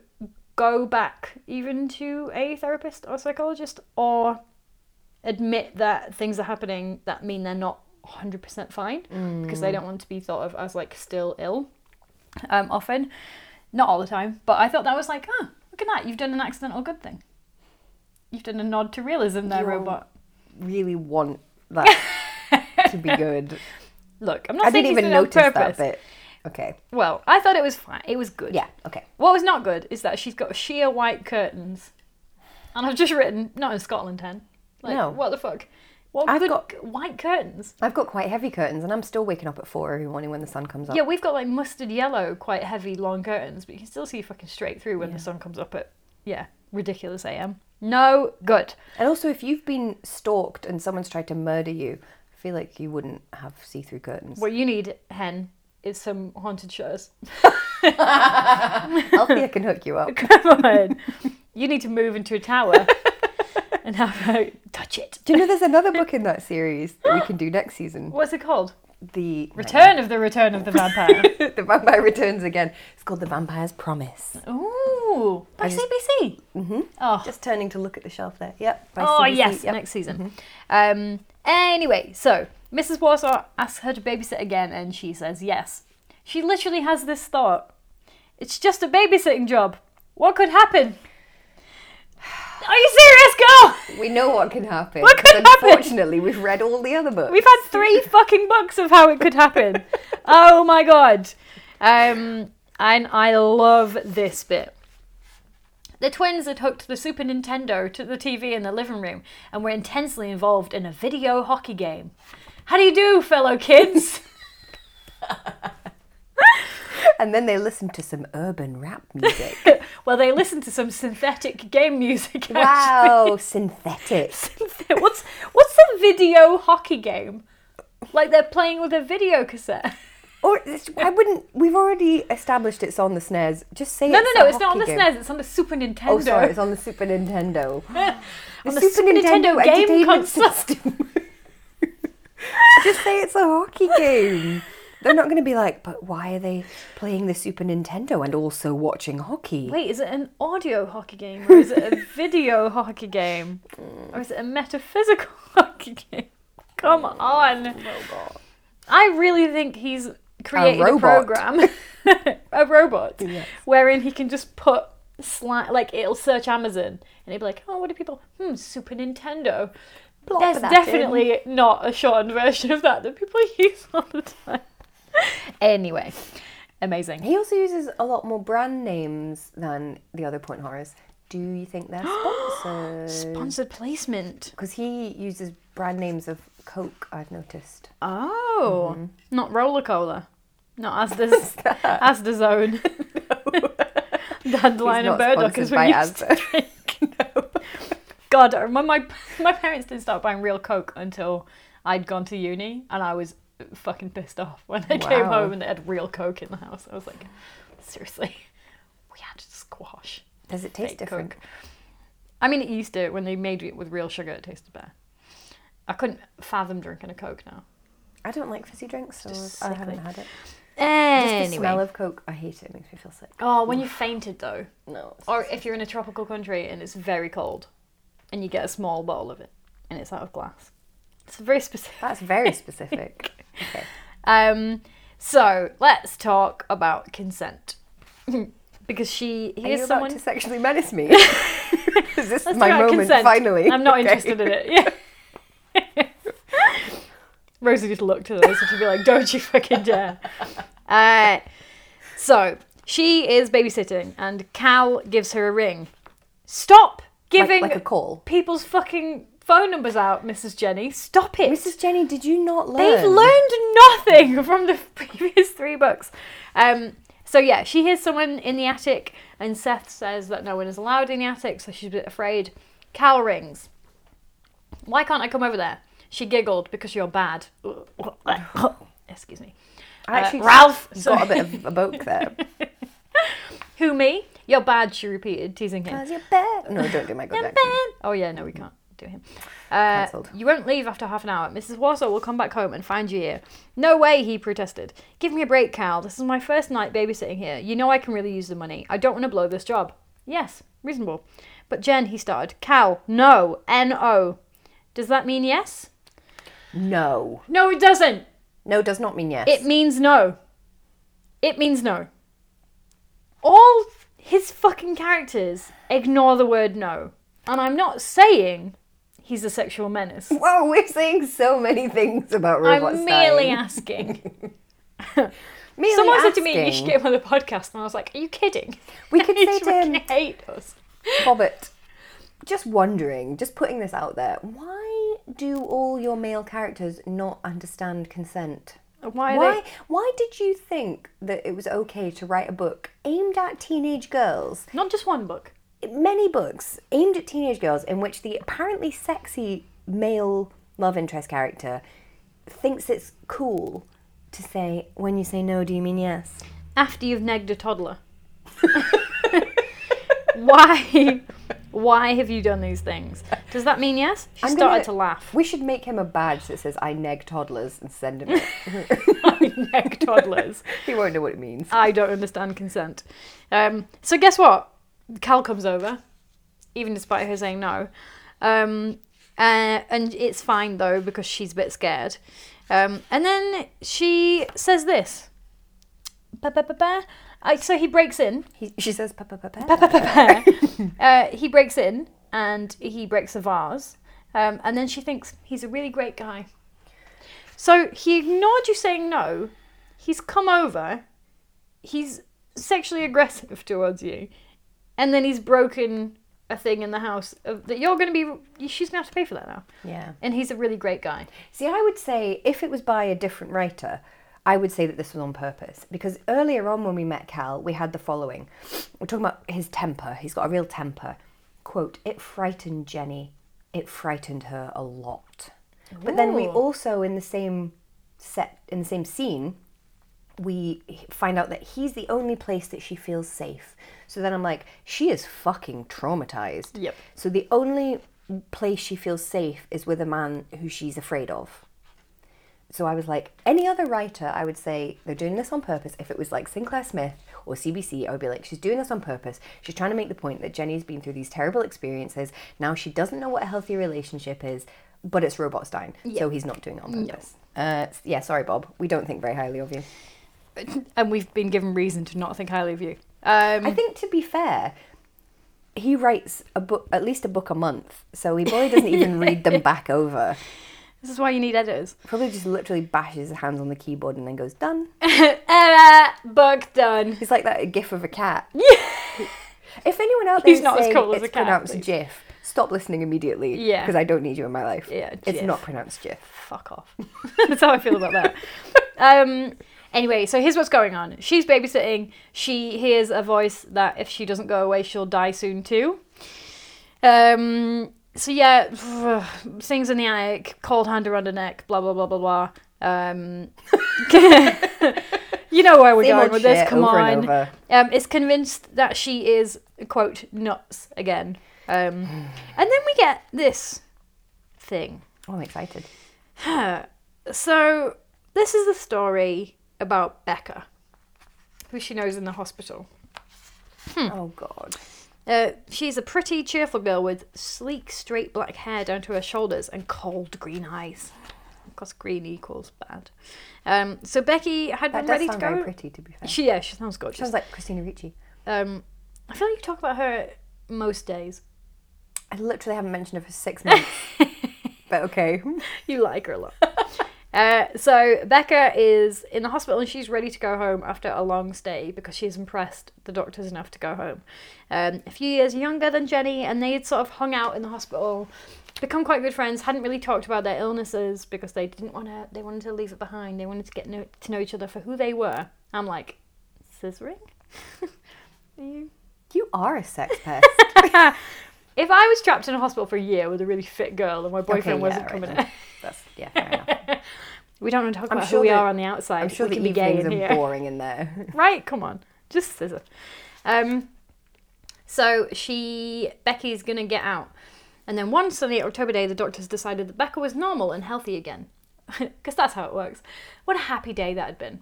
S1: go back even to a therapist or psychologist or admit that things are happening that mean they're not 100% fine because
S2: Mm.
S1: they don't want to be thought of as like still ill um, often. Not all the time, but I thought that was like, oh, look at that. You've done an accidental good thing. You've done a nod to realism there,
S2: You're-
S1: robot.
S2: really want that to be good.
S1: Look, I'm not
S2: I
S1: saying
S2: didn't
S1: he's
S2: even
S1: doing it on
S2: notice that
S1: purpose.
S2: bit. Okay.
S1: Well, I thought it was fine. It was good.
S2: Yeah. Okay.
S1: What was not good is that she's got sheer white curtains, and I've just written not in Scotland ten. Like,
S2: No.
S1: what the fuck? What
S2: I've
S1: good
S2: got-
S1: white curtains?
S2: I've got quite heavy curtains, and I'm still waking up at four every morning when the sun comes up.
S1: Yeah, we've got like mustard yellow, quite heavy, long curtains, but you can still see fucking straight through when the sun comes up at yeah, ridiculous AM. No good.
S2: And also, if you've been stalked and someone's tried to murder you, I feel like you wouldn't have see through curtains.
S1: What you need, Hen, is some haunted shows.
S2: Althea can hook you up.
S1: Come on. You need to move into a tower and have her touch it.
S2: Do you know there's another book in that series that we can do next season?
S1: What's it called?
S2: The
S1: Return of the Return of the Vampire.
S2: the Vampire Returns again. It's called The Vampire's Promise.
S1: Oh. Ooh, by
S2: just-
S1: CBC.
S2: Mm-hmm.
S1: Oh,
S2: Just turning to look at the shelf there. Yep. by
S1: oh
S2: CBC.
S1: yes,
S2: Yep. Mm-hmm.
S1: next season. Um, anyway, so Mrs. Warsaw asks her to babysit again, and she says yes. She literally has this thought: it's just a babysitting job. What could happen? Are you serious, girl?
S2: We know what can happen.
S1: What could
S2: because
S1: happen?
S2: Unfortunately, we've read all the other books.
S1: We've had three fucking books of how it could happen. oh my god. Um, and I love this bit. The twins had hooked the Super Nintendo to the TV in the living room and were intensely involved in a video hockey game. How do you do, fellow kids?
S2: And then they listened to some urban rap music.
S1: well, they listened to some synthetic game music. actually.
S2: wow, synthetic.
S1: what's what's a video hockey game? Like they're playing with a video cassette.
S2: Or it's- I wouldn't. We've already established it's on the snares. Just say
S1: No,
S2: it's
S1: no, no!
S2: a
S1: It's not on
S2: hockey
S1: the
S2: game.
S1: SNES. It's on the Super Nintendo.
S2: Oh, sorry, it's on the Super Nintendo.
S1: on the Super Nintendo, game
S2: Entertainment
S1: console.
S2: System. Just say it's a hockey game. They're not going to be like, but why are they playing the Super Nintendo and also watching hockey?
S1: Wait, is it an audio hockey game or is it a video hockey game or is it a metaphysical hockey game? Come on!
S2: Oh, Robot.
S1: I really think he's created a,
S2: robot.
S1: program, a robot,
S2: Yes.
S1: wherein he can just put sli- like it'll search Amazon and it'll be like, oh, what do people? Hmm, Super Nintendo.
S2: Plop
S1: There's
S2: that
S1: definitely not a shortened version of that that people use all the time. anyway, amazing.
S2: He also uses a lot more brand names than the other point horrors. Do you think they're sponsored?
S1: Sponsored placement.
S2: Because he uses brand names of Coke, I've noticed.
S1: Oh, not roller cola, not Asda's Asda's own. Dandelion and Oh, burdock as we used
S2: Asda.
S1: to drink. God, when my my parents didn't start buying real Coke until I'd gone to uni, and I was fucking pissed off when I came
S2: Wow.
S1: home and they had real Coke in the house. I was like, seriously, we had squash.
S2: Does it taste
S1: fake
S2: different?
S1: Coke. I mean, at Easter, when they made it with real sugar, it tasted better. I couldn't fathom drinking a Coke now.
S2: I don't like fizzy drinks, so
S1: Just
S2: I haven't
S1: sickly.
S2: had it.
S1: Anyway.
S2: Just the smell of Coke, I hate it. It makes me feel sick.
S1: Oh, when you fainted though,
S2: No.
S1: or if you're in a tropical country and it's very cold, and you get a small bottle of it, and it's out of glass. It's very specific.
S2: That's very specific. okay.
S1: Um, so let's talk about consent, because she
S2: Are you
S1: here's
S2: about
S1: someone.
S2: to sexually menace me? Is this
S1: Let's
S2: my
S1: talk about
S2: moment
S1: consent.
S2: finally?
S1: I'm not
S2: Okay.
S1: interested in it. Yeah. Rosie just looked at us and she'd be like, "Don't you fucking dare!" Uh, so she is babysitting, and Cal gives her a ring. Stop
S2: Like,
S1: giving
S2: like a call.
S1: people's fucking phone numbers out, Mrs. Jenny. Stop it.
S2: Mrs. Jenny, did you not learn?
S1: They've learned nothing from the previous three books. Um, so yeah, she hears someone in the attic, and Seth says that no one is allowed in the attic, so she's a bit afraid. Cal rings. Why can't I come over there? She giggled because you're bad. Excuse me.
S2: I
S1: Uh,
S2: actually
S1: Ralph,
S2: got a
S1: sorry.
S2: bit of a boke there.
S1: Who me? You're bad. She repeated, teasing him.
S2: How's your bed? No, don't do my good accent.
S1: Oh yeah, no, we can't do him. Uh,
S2: Cancelled.
S1: you won't leave after half an hour. Mrs. Warsaw will come back home and find you here. No way, he protested. Give me a break, Cal. This is my first night babysitting here. You know I can really use the money. I don't want to blow this job. Yes, reasonable. But Jen, he started. Cal, no, N O. Does that mean yes?
S2: No.
S1: No, it doesn't.
S2: No does not mean yes.
S1: It means no. It means no. All his fucking characters ignore the word no. And I'm not saying he's a sexual menace.
S2: Whoa, we're saying so many things about robot
S1: I'm
S2: Stein.
S1: merely asking.
S2: Merely
S1: Someone said to me, "You should
S2: asking.
S1: get him on the podcast," and I was like, "Are you kidding?
S2: We could
S1: He's
S2: say to him-
S1: fucking hate us."
S2: Bobbit, just wondering, just putting this out there, why do all your male characters not understand consent?
S1: Why? Are
S2: Why,
S1: They...
S2: why did you think that it was okay to write a book aimed at teenage girls?
S1: Not just one book.
S2: many books aimed at teenage girls in which the apparently sexy male love interest character thinks it's cool to say, when you say no, do you mean yes?
S1: After you've negged a toddler. Why? Why have you done these things? Does that mean yes? She
S2: I'm
S1: started
S2: gonna-
S1: to laugh.
S2: We should make him a badge that says, I neg toddlers and send him it.
S1: Neg toddlers.
S2: he won't know what it means.
S1: I don't understand consent. Um, so guess what? Cal comes over, even despite her saying no. Um, uh, and it's fine though because she's a bit scared. Um, and then she says this. Ba, ba, ba, ba. I, so he breaks in.
S2: He, she says, "Pa, pa, pa, pa."
S1: Uh, he breaks in and he breaks a vase. Um, and then she thinks he's a really great guy. So he ignored you saying no. He's come over. He's sexually aggressive towards you. And then he's broken a thing in the house of, that you're going to be. She's going to have to pay for that now.
S2: Yeah.
S1: And he's a really great guy.
S2: See, I would say if it was by a different writer, I would say that this was on purpose because earlier on when we met Cal, we had the following. We're talking about his temper. He's got a real temper. Quote, it frightened Jenny. It frightened her a lot. But then we
S1: Ooh.
S2: also in the same set in the same scene, we find out that he's the only place that she feels safe. So then I'm like, she is fucking traumatized.
S1: Yep.
S2: So the only place she feels safe is with a man who she's afraid of. So I was like, any other writer, I would say they're doing this on purpose. If it was like Sinclair Smith or CBC, I would be like, she's doing this on purpose. She's trying to make the point that Jenny's been through these terrible experiences. Now she doesn't know what a healthy relationship is, but it's Robot Stein. So he's not doing it on purpose. Uh, s- yeah, sorry, Bob. We don't think very highly of you.
S1: And we've been given reason to not think highly of you. Um,
S2: I think, to be fair, he writes a book, at least a book a month. So he probably doesn't even read them back over.
S1: this is why you need editors.
S2: Probably just literally bashes his hands on the keyboard and then goes, done.
S1: Error, book Uh, done.
S2: He's like that gif of a cat. Yeah. If anyone out there
S1: He's
S2: is
S1: not as
S2: saying
S1: cool as a
S2: it's
S1: cat,
S2: pronounced
S1: please.
S2: gif, stop listening immediately.
S1: Yeah.
S2: Because I don't need you in my life.
S1: Yeah,
S2: It's
S1: gif.
S2: not pronounced gif.
S1: fuck off. That's how I feel about that. um, anyway, so here's what's going on. She's babysitting. She hears a voice that if she doesn't go away, she'll die soon too. Um, so yeah, things in the attic, cold hand around her neck, blah blah blah blah blah. Um, you know where we're
S2: Same
S1: going
S2: old
S1: with this.
S2: shit
S1: Come
S2: over
S1: on.
S2: and over.
S1: Um, is convinced that she is quote nuts again. Um, and then we get this thing.
S2: Oh, I'm excited.
S1: Uh, So, this is the story about Becca, who she knows in the hospital. Hmm.
S2: Oh, God.
S1: Uh, she's a pretty, cheerful girl with sleek, straight black hair down to her shoulders and cold green eyes. Of course, green equals bad. Um, so, Becky had been
S2: That does
S1: ready to
S2: sound
S1: go.
S2: very pretty, to be fair.
S1: She, yeah, she sounds gorgeous.
S2: Sounds like Christina Ricci.
S1: Um, I feel like you talk about her most days.
S2: I literally haven't mentioned her for six months. but okay. Hmm.
S1: you like her a lot. Uh, so Becca is in the hospital and she's ready to go home after a long stay because she's impressed the doctors enough to go home. Um, a few years younger than Jenny, and they had sort of hung out in the hospital, become quite good friends. hadn't really talked about their illnesses because they didn't want to. They wanted to leave it behind. They wanted to get know, to know each other for who they were. I'm like, scissoring. Are you
S2: You are a sex pest.
S1: if I was trapped in a hospital for a year with a really fit girl and my boyfriend
S2: yeah,
S1: wasn't
S2: right
S1: coming,
S2: then. That's, yeah, fair enough.
S1: we don't want to talk about
S2: sure
S1: who we
S2: that-
S1: are on the outside.
S2: I'm sure
S1: we
S2: the
S1: can be gay
S2: evenings
S1: in
S2: are
S1: here.
S2: boring in there.
S1: right come on just scissor um so she becky's gonna get out and then one sunny october day the doctors decided that becca was normal and healthy again because that's how it works what a happy day that had been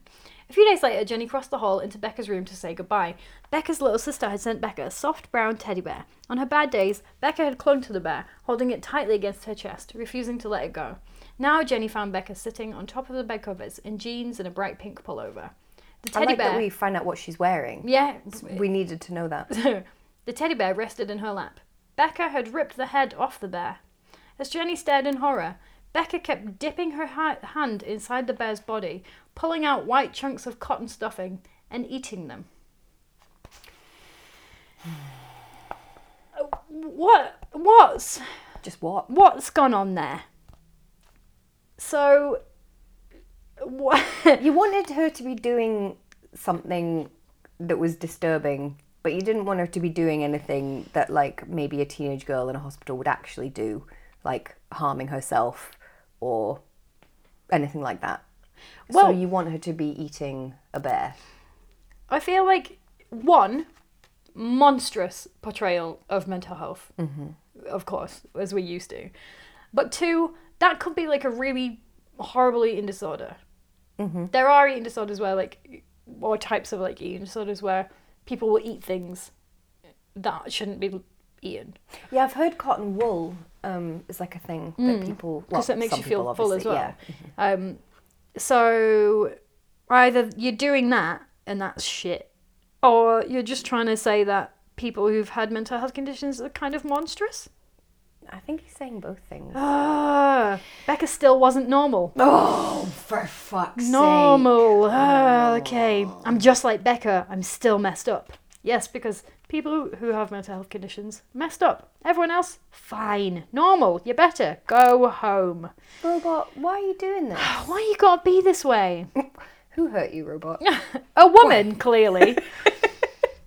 S1: a few days later jenny crossed the hall into becca's room to say goodbye becca's little sister had sent becca a soft brown teddy bear on her bad days becca had clung to the bear holding it tightly against her chest refusing to let it go now jenny found becca sitting on top of the bed covers in jeans and a bright pink pullover the teddy
S2: I like
S1: bear
S2: that we find out what she's wearing.
S1: yeah.
S2: We needed to know that.
S1: the teddy bear rested in her lap. Becca had ripped the head off the bear. As Jenny stared in horror, Becca kept dipping her hi- hand inside the bear's body, pulling out white chunks of cotton stuffing and eating them. Uh, What? What's
S2: Just what?
S1: what's gone on there? So, what?
S2: You wanted her to be doing something that was disturbing but you didn't want her to be doing anything that like maybe a teenage girl in a hospital would actually do, like harming herself or anything like that.
S1: Well-
S2: so you want her to be eating a bear.
S1: I feel like one monstrous portrayal of mental health, of course, as we used to, but two that could be like a really horrible eating disorder. There are eating disorders where like or types of like eating disorders where people will eat things that shouldn't be eaten
S2: Yeah, I've heard cotton wool um, is like a thing that people
S1: because
S2: well,
S1: it Mm. makes
S2: some
S1: you feel
S2: people
S1: full as
S2: obviously-
S1: well.
S2: Yeah.
S1: Um, so either you're doing that and that's shit, or you're just trying to say that people who've had mental health conditions are kind of monstrous.
S2: I think he's saying both things.
S1: Ah, Becca still wasn't normal.
S2: Oh, for fuck's
S1: Normal. Ah, okay. I'm just like Becca. I'm still messed up. Yes, because people who- who have mental health conditions messed up. Everyone else, fine, normal. You're better. Go home.
S2: Robot, why are you doing this?
S1: Why you gotta be this way?
S2: Who hurt you, robot?
S1: A woman, clearly.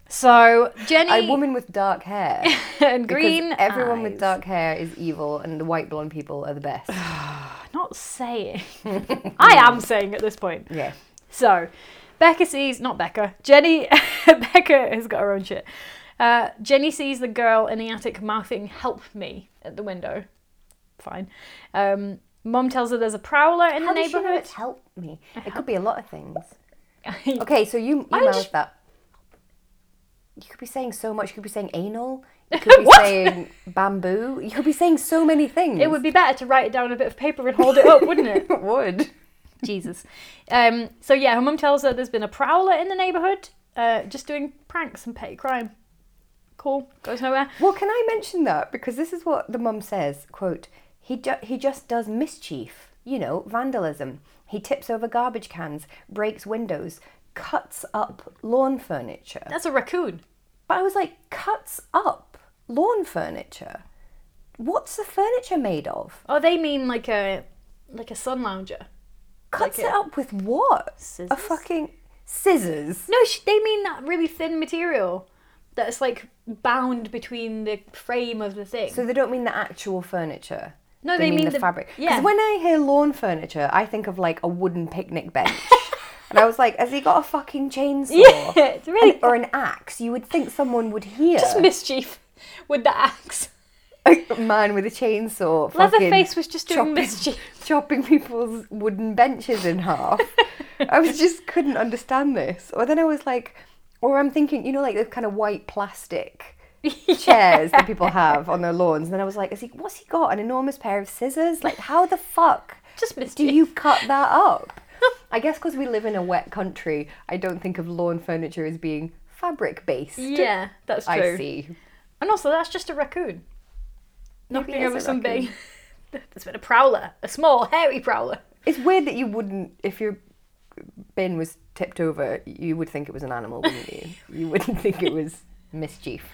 S1: so Jenny
S2: A woman with dark hair.
S1: and
S2: Because
S1: Green.
S2: Everyone with
S1: eyes.
S2: dark hair is evil, and the white blonde people are the best.
S1: I'm not saying. I am saying at this point.
S2: yeah.
S1: So Becca sees not Becca. Jenny. Becca has got her own shit. Uh, Jenny sees the girl in the attic mouthing "Help me" at the window. Fine. Um, Mom tells her there's a prowler in
S2: How
S1: the
S2: does she know
S1: neighborhood.
S2: it's help me? It could be a lot of things. Okay, so you, you
S1: I was
S2: mouthed
S1: just-
S2: that. You could be saying so much. You could be saying anal. You could be
S1: What?
S2: saying bamboo. You could be saying so many things.
S1: it would be better to write it down on a bit of paper and hold it up, wouldn't it?
S2: It would.
S1: Jesus. Um, so yeah, her mum tells her there's been a prowler in the neighbourhood, uh, just doing pranks and petty crime. Cool. Goes nowhere.
S2: Well, can I mention that because this is what the mum says? "Quote: He ju- he just does mischief, you know, vandalism. He tips over garbage cans, breaks windows, cuts up lawn furniture."
S1: That's a raccoon.
S2: But I was like, "Cuts up lawn furniture? What's the furniture made of?
S1: Oh, they mean like a like a sun lounger.
S2: Cuts
S1: Like
S2: it
S1: a-
S2: up with what? A
S1: Scissors?
S2: fucking scissors."
S1: No, sh- they mean that really thin material that's like bound between the frame of the thing.
S2: So they don't mean the actual furniture.
S1: No, they mean
S2: the,
S1: the-
S2: fabric. Because
S1: yeah.
S2: when I hear lawn furniture, I think of like a wooden picnic bench. and I was like, has he got a fucking chainsaw?
S1: yeah, it's really
S2: An- or an axe? You would think someone would hear.
S1: just mischief with the axe.
S2: a man with a chainsaw. fucking
S1: Leatherface was just doing
S2: chopping-
S1: mischief.
S2: Chopping people's wooden benches in half. I was just couldn't understand this. Or then I was like, or I'm thinking, you know, like the kind of white plastic chairs that people have on their lawns. And then I was like, is he, what's he got? An enormous pair of scissors? Like, how the fuck
S1: Just
S2: do
S1: mischief.
S2: you cut that up? I guess because we live in a wet country, I don't think of lawn furniture as being fabric based.
S1: Yeah, that's true.
S2: I see.
S1: And also, that's just a raccoon. Knocking
S2: it is
S1: over
S2: a
S1: some big. There's been a prowler, a small, hairy prowler.
S2: It's weird that you wouldn't, if your bin was tipped over, you would think it was an animal, wouldn't you? you wouldn't think it was mischief.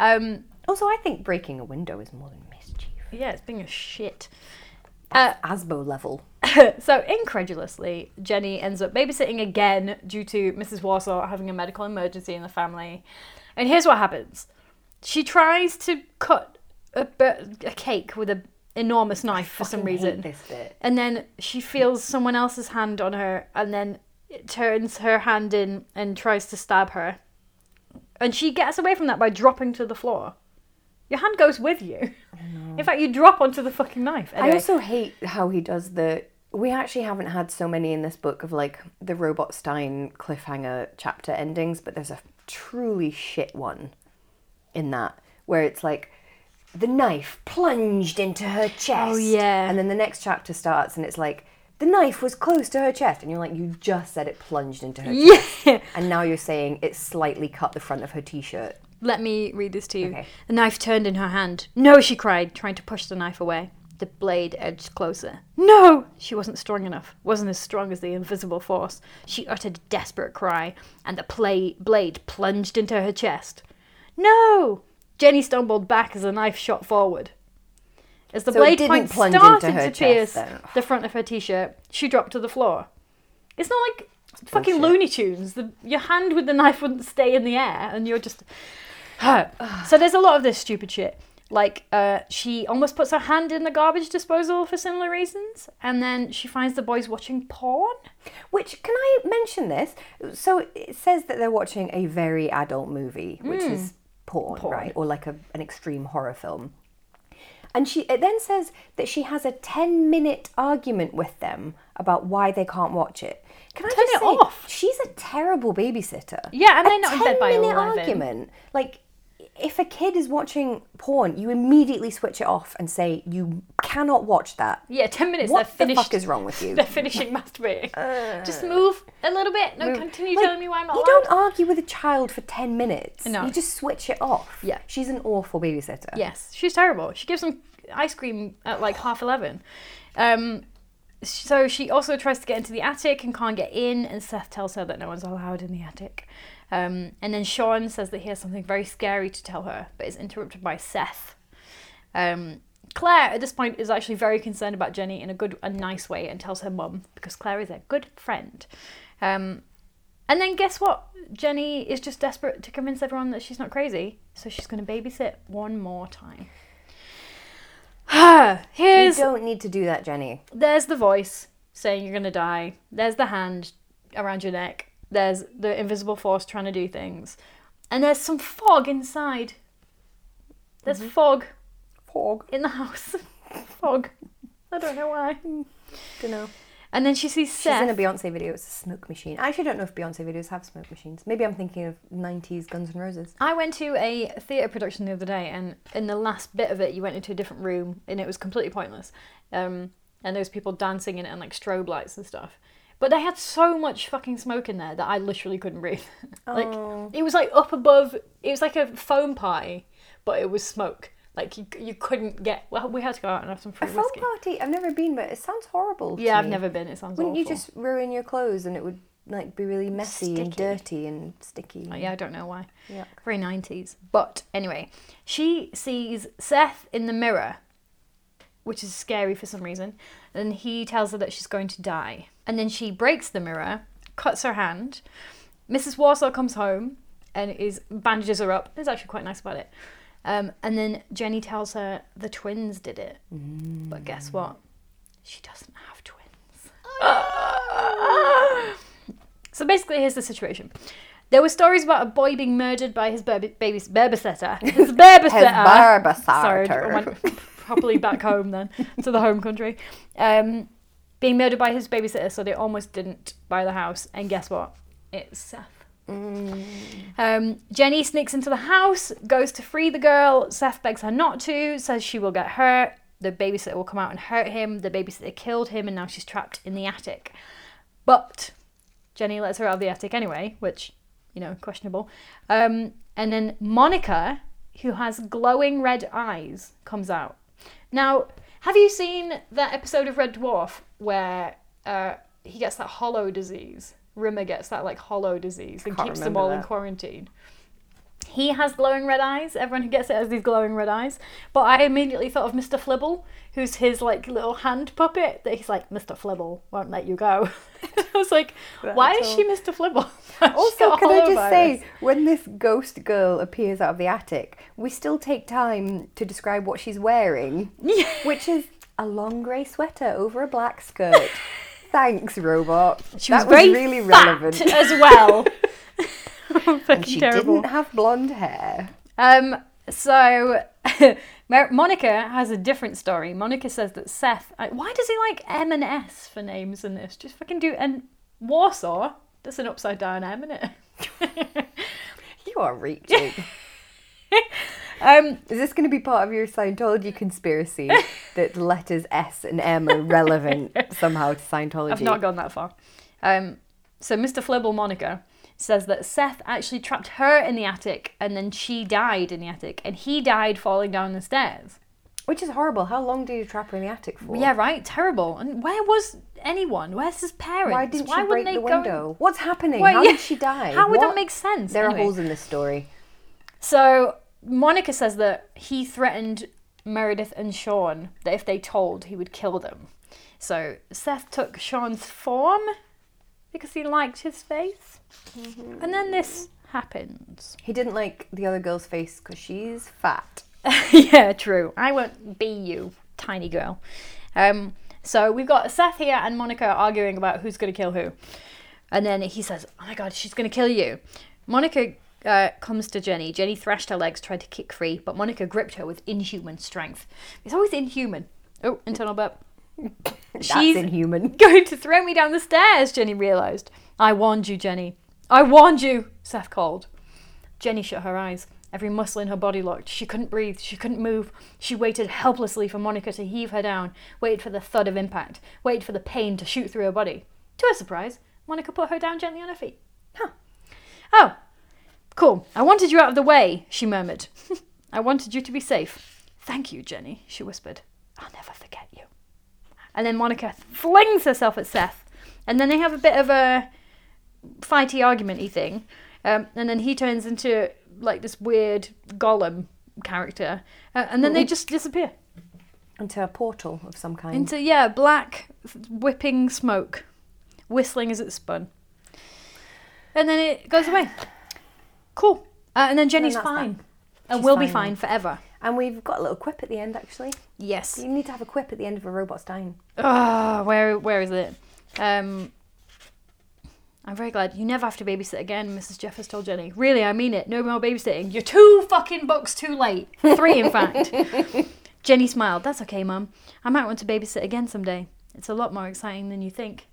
S1: Um,
S2: Also, I think breaking a window is more than mischief.
S1: yeah, it's being a shit.
S2: Asbo level.
S1: so, incredulously, Jenny ends up babysitting again due to Mrs. Warsaw having a medical emergency in the family. And here's what happens she tries to cut a, bit, a cake with an enormous knife for some
S2: Fucking hate
S1: reason.
S2: This bit.
S1: And then she feels someone else's hand on her and then it turns her hand in and tries to stab her. And she gets away from that by dropping to the floor. Your hand goes with you. In fact, you drop onto the fucking knife.
S2: Oh, I
S1: Anyway,
S2: also hate how he does the. We actually haven't had so many in this book of like the Robot Stein cliffhanger chapter endings, but there's a truly shit one in that where it's like the knife plunged into her chest.
S1: Oh, yeah.
S2: And then the next chapter starts and it's like the knife was close to her chest. And you're like, you just said it plunged into her chest.
S1: yeah.
S2: And now you're saying it slightly cut the front of her t shirt.
S1: Let me read this to you.
S2: Okay.
S1: The knife turned in her hand. No, she cried, trying to push the knife away. The blade edged closer. No! She wasn't strong enough, wasn't as strong as the invisible force. She uttered a desperate cry, and the play- blade plunged into her chest. No! Jenny stumbled back as the knife shot forward. As the
S2: So it
S1: blade
S2: didn't
S1: point
S2: plunge
S1: started
S2: into
S1: to
S2: her chest,
S1: pierce
S2: then.
S1: the front of her t shirt, she dropped to the floor. It's not like fucking
S2: bullshit.
S1: Looney Tunes. The, your hand with the knife wouldn't stay in the air, and you're just. so there's a lot of this stupid shit. Like uh, she almost puts her hand in the garbage disposal for similar reasons, and then she finds the boys watching porn.
S2: Which can I mention this? So it says that they're watching a very adult movie, which is porn,
S1: Hmm. Porn.
S2: right, or like a, an extreme horror film. And she it then says that she has a ten minute argument with them about why they can't watch it. Can I
S1: Turn
S2: just
S1: it
S2: say,
S1: off.
S2: she's a terrible babysitter.
S1: Yeah, and
S2: A
S1: they're not in bed by
S2: 10-minute
S1: 11.
S2: argument, like. If a kid is watching porn, you immediately switch it off and say you cannot watch that.
S1: Yeah, ten minutes.
S2: What
S1: they're
S2: the
S1: finished.
S2: fuck is wrong with you?
S1: They're finishing masturbating. Just move a little bit. No, continue
S2: Like,
S1: telling me why I'm not.
S2: You
S1: allowed.
S2: don't argue with a child for 10 minutes.
S1: No.
S2: You just switch it off.
S1: Yeah.
S2: She's an awful babysitter.
S1: Yes, she's terrible. She gives them ice cream at like half eleven. Um, so she also tries to get into the attic and can't get in, and Seth tells her that no one's allowed in the attic. Um, and then Sean says that he has something very scary to tell her, but is interrupted by Seth. Um, Claire, at this point, is actually very concerned about Jenny in a good and nice way and tells her mum because Claire is a good friend. Um, and then guess what? Jenny is just desperate to convince everyone that she's not crazy, so she's going to babysit one more time.
S2: You
S1: Here's
S2: don't need to do that, Jenny.
S1: there's the voice saying you're going to die. There's the hand around your neck. There's the invisible force trying to do things. And there's some fog inside. There's fog
S2: Pog.
S1: in the house. fog. I don't know why.
S2: Don't know.
S1: And then she sees
S2: She's
S1: Seth.
S2: in a Beyonce video. It's a smoke machine. I actually don't know if Beyonce videos have smoke machines. Maybe I'm thinking of 90s Guns N' Roses.
S1: I went to a theatre production the other day, and in the last bit of it, you went into a different room, and it was completely pointless. Um, and there was people dancing in it and like strobe lights and stuff. But they had so much fucking smoke in there that I literally couldn't breathe. like
S2: Oh.
S1: it was like up above. It was like a foam party, but it was smoke. Like you, you couldn't get. Well, we had to go out and have some free
S2: A folk
S1: whiskey.
S2: party. I've never been, but it sounds horrible. to
S1: Yeah, I've
S2: me.
S1: never been. It sounds.
S2: Wouldn't you
S1: awful.
S2: just ruin your clothes and it would like be really messy and
S1: Sticky.
S2: dirty and sticky?
S1: Oh, yeah, I don't know why.
S2: Yeah.
S1: Very 90s. But anyway, she sees Seth in the mirror, which is scary for some reason, and he tells her that she's going to die. And then she breaks the mirror, cuts her hand. Mrs. Warsaw comes home and is bandages her up. It's actually quite nice about it. Um, and then Jenny tells her the twins did it. But guess what? She doesn't have twins. Oh. So basically, here's the situation. There were stories about a boy being murdered by his baby, baby's babysitter. His babysitter.
S2: His barbasator.
S1: Sorry, I went properly back home then to the home country. Um, being murdered by his babysitter, so they almost didn't buy the house. And guess what? It's Seth. Um, Jenny sneaks into the house, goes to free the girl. Seth begs her not to, says she will get hurt. The babysitter will come out and hurt him. The babysitter killed him, and now she's trapped in the attic. But Jenny lets her out of the attic anyway, which, you know, questionable. Um, and then Monica, who has glowing red eyes, comes out. Now, have you seen that episode of Red Dwarf where uh, he gets that hollow disease? Rimmer gets that like hollow disease and
S2: Can't
S1: keeps them
S2: remember
S1: all in
S2: that.
S1: quarantine. He has glowing red eyes. Everyone who gets it has these glowing red eyes. But I immediately thought of Mr. Flibble, who's his like little hand puppet that he's like, Mr. Flibble won't let you go. I was like, why is
S2: all.
S1: she Mr. Flibble?
S2: Also, can I just say, when this ghost girl appears out of the attic, we still take time to describe what she's wearing, which is a long grey sweater over a black skirt. Thanks, robot.
S1: she was,
S2: that
S1: very
S2: really
S1: fat
S2: relevant.
S1: as well. Fucking
S2: She
S1: terrible.
S2: didn't have blonde hair.
S1: Um, so Mer- Monica has a different story. Monica says that Seth. I, why does he like M and S for names in this? Just fucking do and Warsaw. That's an upside down M, isn't it?
S2: You are reaching.
S1: Um,
S2: is this going to be part of your Scientology conspiracy that the letters S and M are relevant somehow to Scientology?
S1: I've not gone that far. Um, so Mr. Flibble Monica says that Seth actually trapped her in the attic and then she died in the attic and he died falling down the stairs.
S2: Which is horrible. How long do you trap her in the attic for?
S1: Yeah, right. Terrible. And where was anyone? Where's his parents?
S2: Why didn't she
S1: wouldn't
S2: break the
S1: they go-
S2: window? What's happening?
S1: Why-
S2: How
S1: yeah.
S2: did she die?
S1: How would
S2: What?
S1: that make sense?
S2: There
S1: anyway?
S2: are holes in this story.
S1: So Monica says that he threatened Meredith and Sean that if they told, he would kill them. So Seth took Sean's form because he liked his face.
S2: Mm-hmm.
S1: And then this happens.
S2: He didn't like the other girl's face because she's fat.
S1: yeah, true. I won't be you, tiny girl. Um, so we've got Seth here and Monica arguing about who's going to kill who. And then he says, Oh my god, she's going to kill you. Monica uh, comes to Jenny. Jenny thrashed her legs, tried to kick free, but Monica gripped her with inhuman strength. It's always inhuman. Oh, internal burp.
S2: That's inhuman.
S1: going to throw me down the stairs, Jenny realised. I warned you, Jenny. I warned you, Seth called. Jenny shut her eyes. Every muscle in her body locked. She couldn't breathe. She couldn't move. She waited helplessly for Monica to heave her down, waited for the thud of impact, waited for the pain to shoot through her body. To her surprise, Monica put her down gently on her feet. Huh. Oh, cool. I wanted you out of the way, she murmured. I wanted you to be safe. Thank you, Jenny, she whispered. I'll never forget you. And then Monica flings herself at Seth. And then they have a bit of a fighty argumenty thing. Um, and then he turns into like this weird golem character. Uh, and then they just disappear
S2: Into a portal of some kind.
S1: into, yeah, black whipping smoke, whistling as it spun. And then it goes away. Cool. Uh, and then Jenny's
S2: that's that.
S1: fine. And
S2: She's
S1: will be
S2: fine
S1: fine forever.
S2: and we've got a little quip at the end, actually.
S1: Yes.
S2: You need to have a quip at the end of a robot's dying.
S1: Oh, where where is it? Um, I'm very glad you never have to babysit again. Mrs. Jeffers told Jenny. Really, I mean it. No more babysitting. You're two fucking bucks too late. Three, in fact. Jenny smiled. That's okay, Mum. I might want to babysit again someday. It's a lot more exciting than you think.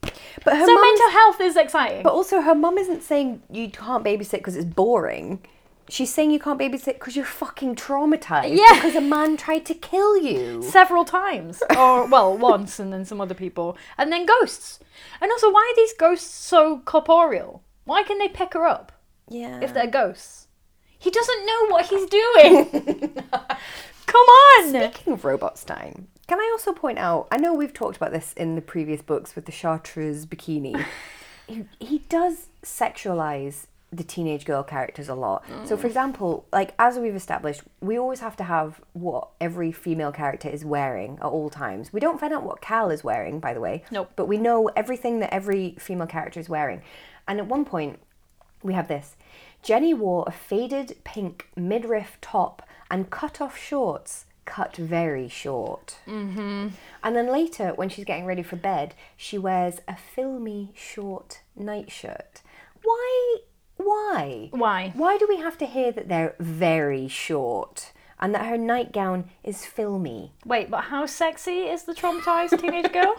S2: But her
S1: so
S2: mum's-
S1: mental health is exciting.
S2: But also, her mum isn't saying you can't babysit because it's boring. She's saying you can't babysit because you're fucking traumatized.
S1: Yeah.
S2: Because a man tried to kill you.
S1: Several times, or well, once, and then some other people, and then ghosts. And also, why are these ghosts so corporeal? Why can they pick her up?
S2: Yeah.
S1: if they're ghosts. He doesn't know what he's doing. Come on.
S2: Speaking of Robotstein, can I also point out? I know we've talked about this in the previous books with the Chartreuse bikini. he, he does sexualize the teenage girl characters a lot. So, for example, like as we've established, we always have to have what every female character is wearing at all times. We don't find out what Cal is wearing, by the way.
S1: Nope.
S2: But we know everything that every female character is wearing. And at one point, we have this. Jenny wore a faded pink midriff top and cut off shorts, cut very short. Mm-hmm. And then later, when she's getting ready for bed, she wears a filmy short nightshirt. Why? Why?
S1: Why?
S2: Why do we have to hear that they're very short and that her nightgown is filmy?
S1: Wait, but how sexy is the traumatized teenage girl?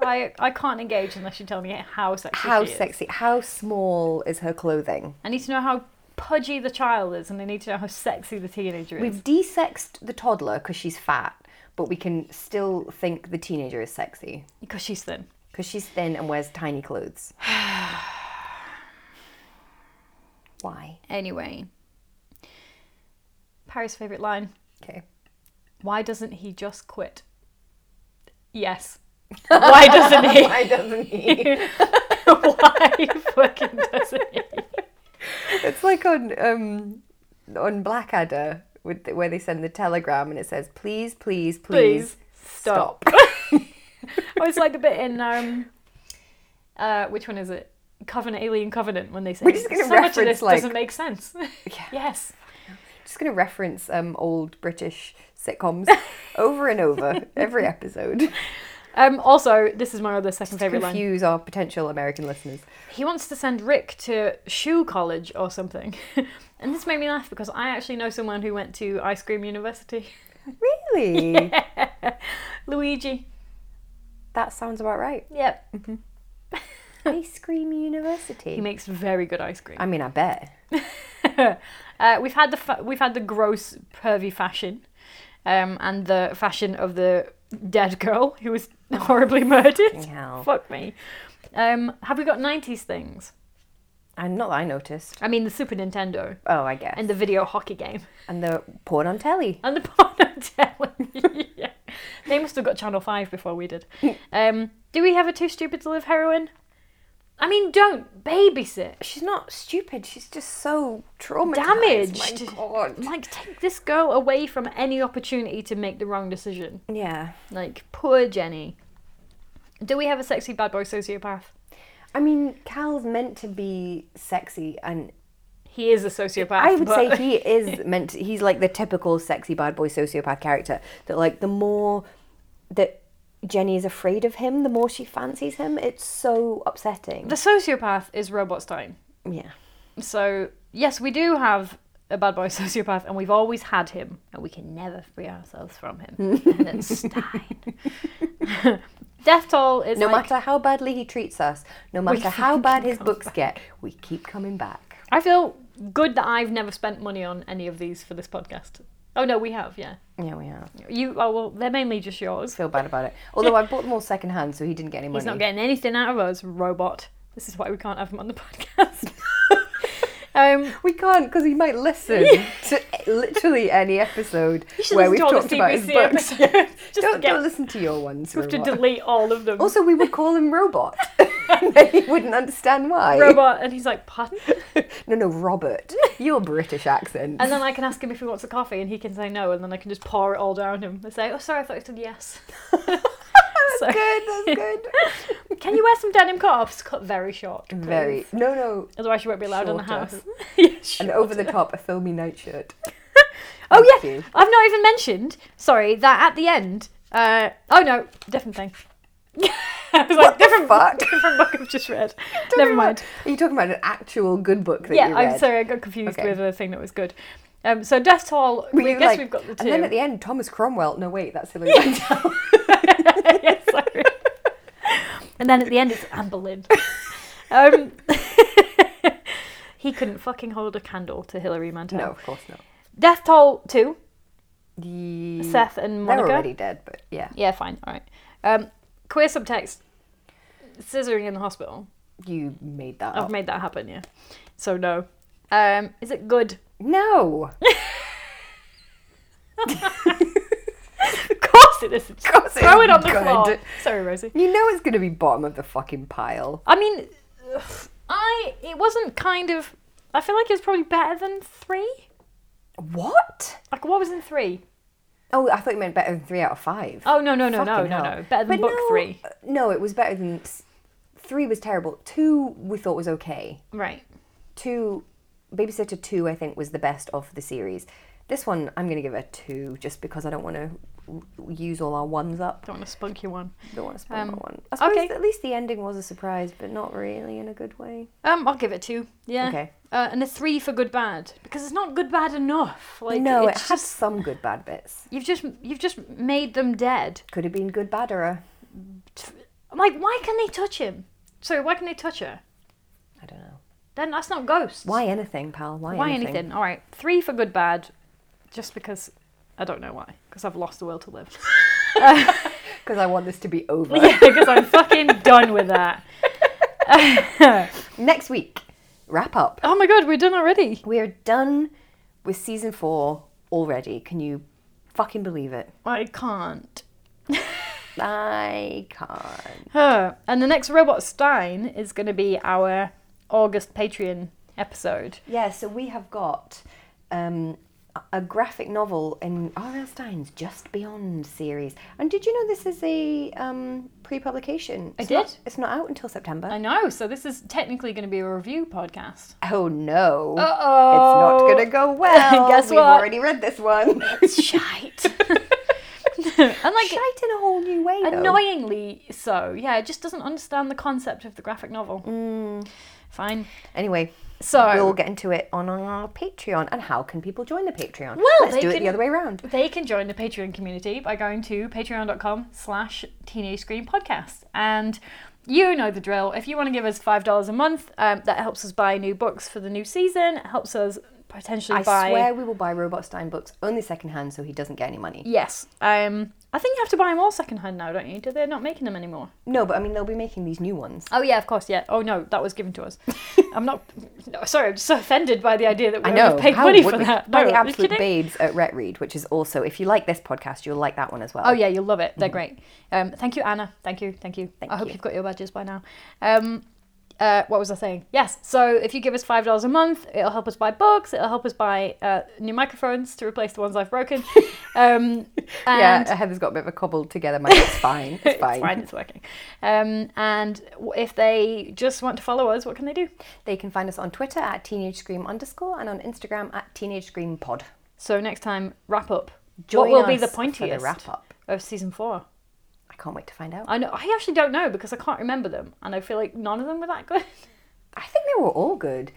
S1: I, I can't engage unless you tell me how sexy
S2: How
S1: she is.
S2: sexy? How small is her clothing?
S1: I need to know how pudgy the child is, and I need to know how sexy the teenager is.
S2: We've desexed the toddler because she's fat, but we can still think the teenager is sexy
S1: Because she's thin.
S2: because she's thin and wears tiny clothes. Why?
S1: Anyway, Paris' favorite line
S2: Okay.
S1: Why doesn't he just quit? Yes. Why doesn't he?
S2: Why doesn't he?
S1: Why fucking doesn't he?
S2: It's like on um on Blackadder with where they send the telegram and it says please please please,
S1: Please stop. I was like the bit in um, uh, which one is it? Covenant, Alien Covenant. When they say
S2: We're just gonna
S1: so much of
S2: reference,
S1: this
S2: like-
S1: doesn't make sense. Yes,
S2: Just gonna reference um old British sitcoms over and over every episode.
S1: Um, also, this is my other second favorite line.
S2: Confuse our potential American listeners.
S1: He wants to send Rick to shoe college or something, and this made me laugh because I actually know someone who went to ice cream university.
S2: Really?
S1: Luigi.
S2: That sounds about right.
S1: Yep.
S2: Ice Cream
S1: He
S2: University.
S1: makes very good ice cream.
S2: I mean, I bet.
S1: Uh, we've had the fa- we've had the gross pervy fashion, um, and the fashion of the dead girl who was
S2: Oh.
S1: horribly murdered.
S2: hell.
S1: Fuck me. Um, have we got nineties things?
S2: And not that I noticed.
S1: I mean, the Super Nintendo
S2: Oh, I guess.
S1: and the video hockey game
S2: And the porn on telly.
S1: and the porno telly. yeah. They must have got Channel Five before we did. Um, do we have a too stupid to live heroine? I mean, don't babysit.
S2: She's not stupid. She's just so traumatized.
S1: Damaged.
S2: My God.
S1: Like, take this girl away from any opportunity to make the wrong decision.
S2: Yeah.
S1: Like, poor Jenny. Do we have a sexy bad boy sociopath?
S2: I mean, Cal's meant to be sexy, and
S1: He is a sociopath.
S2: I would
S1: but-
S2: say he is meant. To, he's like the typical sexy bad boy sociopath character. That like the more that Jenny is afraid of him, the more she fancies him. It's so upsetting.
S1: the sociopath is Robot Stein.
S2: yeah.
S1: So yes, we do have a bad boy sociopath, and we've always had him, and we can never free ourselves from him. and it's Stein. Death toll is
S2: No
S1: like-
S2: matter how badly he treats us, no matter how bad his books get, we keep coming back.
S1: I feel good that I've never spent money on any of these for this podcast. Oh no, we have, yeah.
S2: Yeah, we are.
S1: You oh well, they're mainly just yours.
S2: Feel bad about it. Although I bought them all secondhand, so he didn't get any money.
S1: He's not getting anything out of us, robot. This is why we can't have him on the podcast. um,
S2: we can't because he might listen to literally any episode
S1: you should
S2: where we've
S1: listen to all
S2: talked
S1: the
S2: about his
S1: CBC
S2: books.
S1: episodes. just to
S2: Don't,
S1: get,
S2: don't listen to your ones.
S1: we have to
S2: Robot.
S1: delete all of them.
S2: Also, we would call him Robot. And then he wouldn't understand why.
S1: robot, and he's like, pardon?
S2: No, no, Robert. Your British accent.
S1: And then I can ask him if he wants a coffee, and he can say no, and then I can just pour it all down him and say, oh, sorry, I thought you said yes. So-
S2: that's good, that's good.
S1: Can you wear some denim cutoffs? Cut very short. please.
S2: Very. No, no.
S1: Otherwise, you won't be allowed in the
S2: Shorter.
S1: house. yeah,
S2: An
S1: shorter.
S2: over the top, a filmy nightshirt.
S1: Oh
S2: Thank
S1: yeah,
S2: you.
S1: I've not even mentioned. Sorry, that at the end. Uh, oh no, different thing. I was like, different
S2: fuck?
S1: different book I've just read. Never mind.
S2: Are you talking about an actual good book that
S1: Yeah,
S2: you read?
S1: I'm sorry, I got confused
S2: Okay.
S1: with a thing that was good. Um, so Death Toll.
S2: Were
S1: We
S2: you
S1: guess
S2: like-
S1: we've got the two.
S2: And then at the end, Thomas Cromwell. No, wait, that's Hillary.
S1: yeah, sorry. and then at the end, it's Anne Boleyn. Um, he couldn't fucking hold a candle to Hilary Mantel.
S2: no, of course not.
S1: Death Toll two.
S2: The...
S1: Seth and
S2: Mm. They're
S1: Monica.
S2: already dead, but yeah.
S1: Yeah, fine. All right. Um, queer subtext. Scissoring in the hospital.
S2: You made that
S1: I've
S2: up.
S1: made that happen, yeah. So no. Um, is it good?
S2: No.
S1: Of course it isn't.
S2: course it
S1: Throw it on the
S2: isn't
S1: floor.
S2: good.
S1: Sorry, Rosie.
S2: You know it's going to be bottom of the fucking pile.
S1: I mean, ugh, I it wasn't kind of. I feel like it was probably better than three.
S2: What?
S1: Like what was in three?
S2: Oh, I thought you meant better than three out of five.
S1: Oh no no no no
S2: Fucking
S1: no
S2: hell.
S1: no. Better than
S2: But
S1: book
S2: no,
S1: three.
S2: uh, No, it was better than s- three. Was terrible. Two we thought was okay.
S1: Right.
S2: Two, Babysitter Two, I think was the best of the series. This one I'm going to give a two just because I don't want to use all our ones up.
S1: Don't want to spunk you one.
S2: Don't want to spoil my
S1: Um,
S2: one. I suppose
S1: okay.
S2: at least the ending was a surprise, but not really in a good way.
S1: Um, I'll give it two. Yeah.
S2: Okay.
S1: Uh, and a three for good bad because it's not good bad enough. Like
S2: no, it
S1: it's
S2: had
S1: just
S2: some good bad bits.
S1: You've just you've just made them dead.
S2: Could have been good badderer.
S1: I'm like, why can they touch him? Sorry, why can they touch her?
S2: I don't know.
S1: Then that's not ghosts.
S2: Why anything, pal? Why,
S1: Why
S2: anything?
S1: anything? All right, three for good bad, just because I don't know why. Because I've lost the will to live.
S2: Because I want this to be over.
S1: yeah, because I'm fucking done with that.
S2: Next week, wrap up.
S1: Oh my god, we're done already.
S2: We're done with season four already. Can you fucking believe it?
S1: I can't.
S2: I can't.
S1: Huh. And the next robot Stein is going to be our August Patreon episode.
S2: Yeah, so we have got um, a- a graphic novel in R.L. Stein's Just Beyond series. And did you know this is a um, pre publication?
S1: I
S2: Not,
S1: did.
S2: it's not out until September.
S1: I know. So this is technically going to be a review podcast.
S2: oh no. It's not
S1: Uh-oh.
S2: going to go well.
S1: Oh. Guess
S2: We've
S1: what?
S2: already read this one.
S1: shite. and like
S2: Shite in a whole new way, though.
S1: annoyingly so. Yeah, it just doesn't understand the concept of the graphic novel. Fine.
S2: Anyway, Mm. we'll
S1: So
S2: get into it on our Patreon. And how can people join the Patreon?
S1: Well,
S2: let's
S1: they
S2: do it
S1: can-
S2: the other way around.
S1: they can join the Patreon community by going to patreon.com slash teenage screen podcast. And you know the drill. If you want to give us five dollars a month, um, that helps us buy new books for the new season. It helps us potentially
S2: I
S1: buy
S2: swear we will buy Robot Stein books only secondhand, so he doesn't get any money.
S1: Yes. Um I think you have to buy them all secondhand now, don't you? Do they're not making them anymore?
S2: No, but I mean they'll be making these new ones.
S1: Oh yeah, of course, yeah. Oh no, that was given to us. I'm not. No, sorry, I'm so offended by the idea that we
S2: I
S1: would have
S2: know.
S1: paid
S2: how
S1: money
S2: would
S1: for
S2: we?
S1: that.
S2: By
S1: No, are
S2: the
S1: you
S2: absolute
S1: kidding?
S2: babes at Ret Read, which is also if you like this podcast, you'll like that one as well.
S1: Oh yeah, you'll love it. They're great. Um, thank you, Anna. Thank you, thank you. I hope
S2: Mm-hmm. you.
S1: have got your badges by now. Um, Uh, what was I saying? Yes. So if you give us five dollars a month, it'll help us buy books. It'll help us buy uh, new microphones to replace the ones I've broken. Um, and
S2: yeah, Heather's got a bit of a cobbled together mind. It's fine. It's fine.
S1: It's fine. It's working. Um, and w- if they just want to follow us, what can they do?
S2: They can find us on Twitter at teenage scream underscore and on Instagram at teenage scream pod.
S1: So next time, wrap up.
S2: Join
S1: what will be the
S2: us for
S1: pointiest
S2: wrap up?
S1: of season four?
S2: I can't wait to find out.
S1: I know. I actually don't know because I can't remember them, and I feel like none of them were that good.
S2: I think they were all good.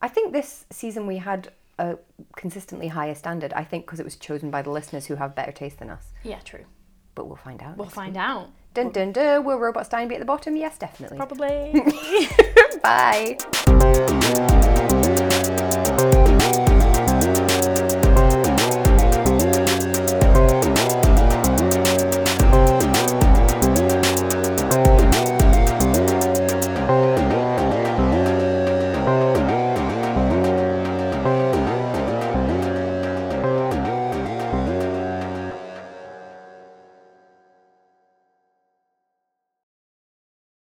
S2: I think this season we had a consistently higher standard. I think because it was chosen by the listeners who have better taste than us.
S1: yeah, true.
S2: But we'll find out.
S1: We'll find out.
S2: dun dun dun. Will Robot Stein be at the bottom? Yes, definitely.
S1: Probably.
S2: Bye.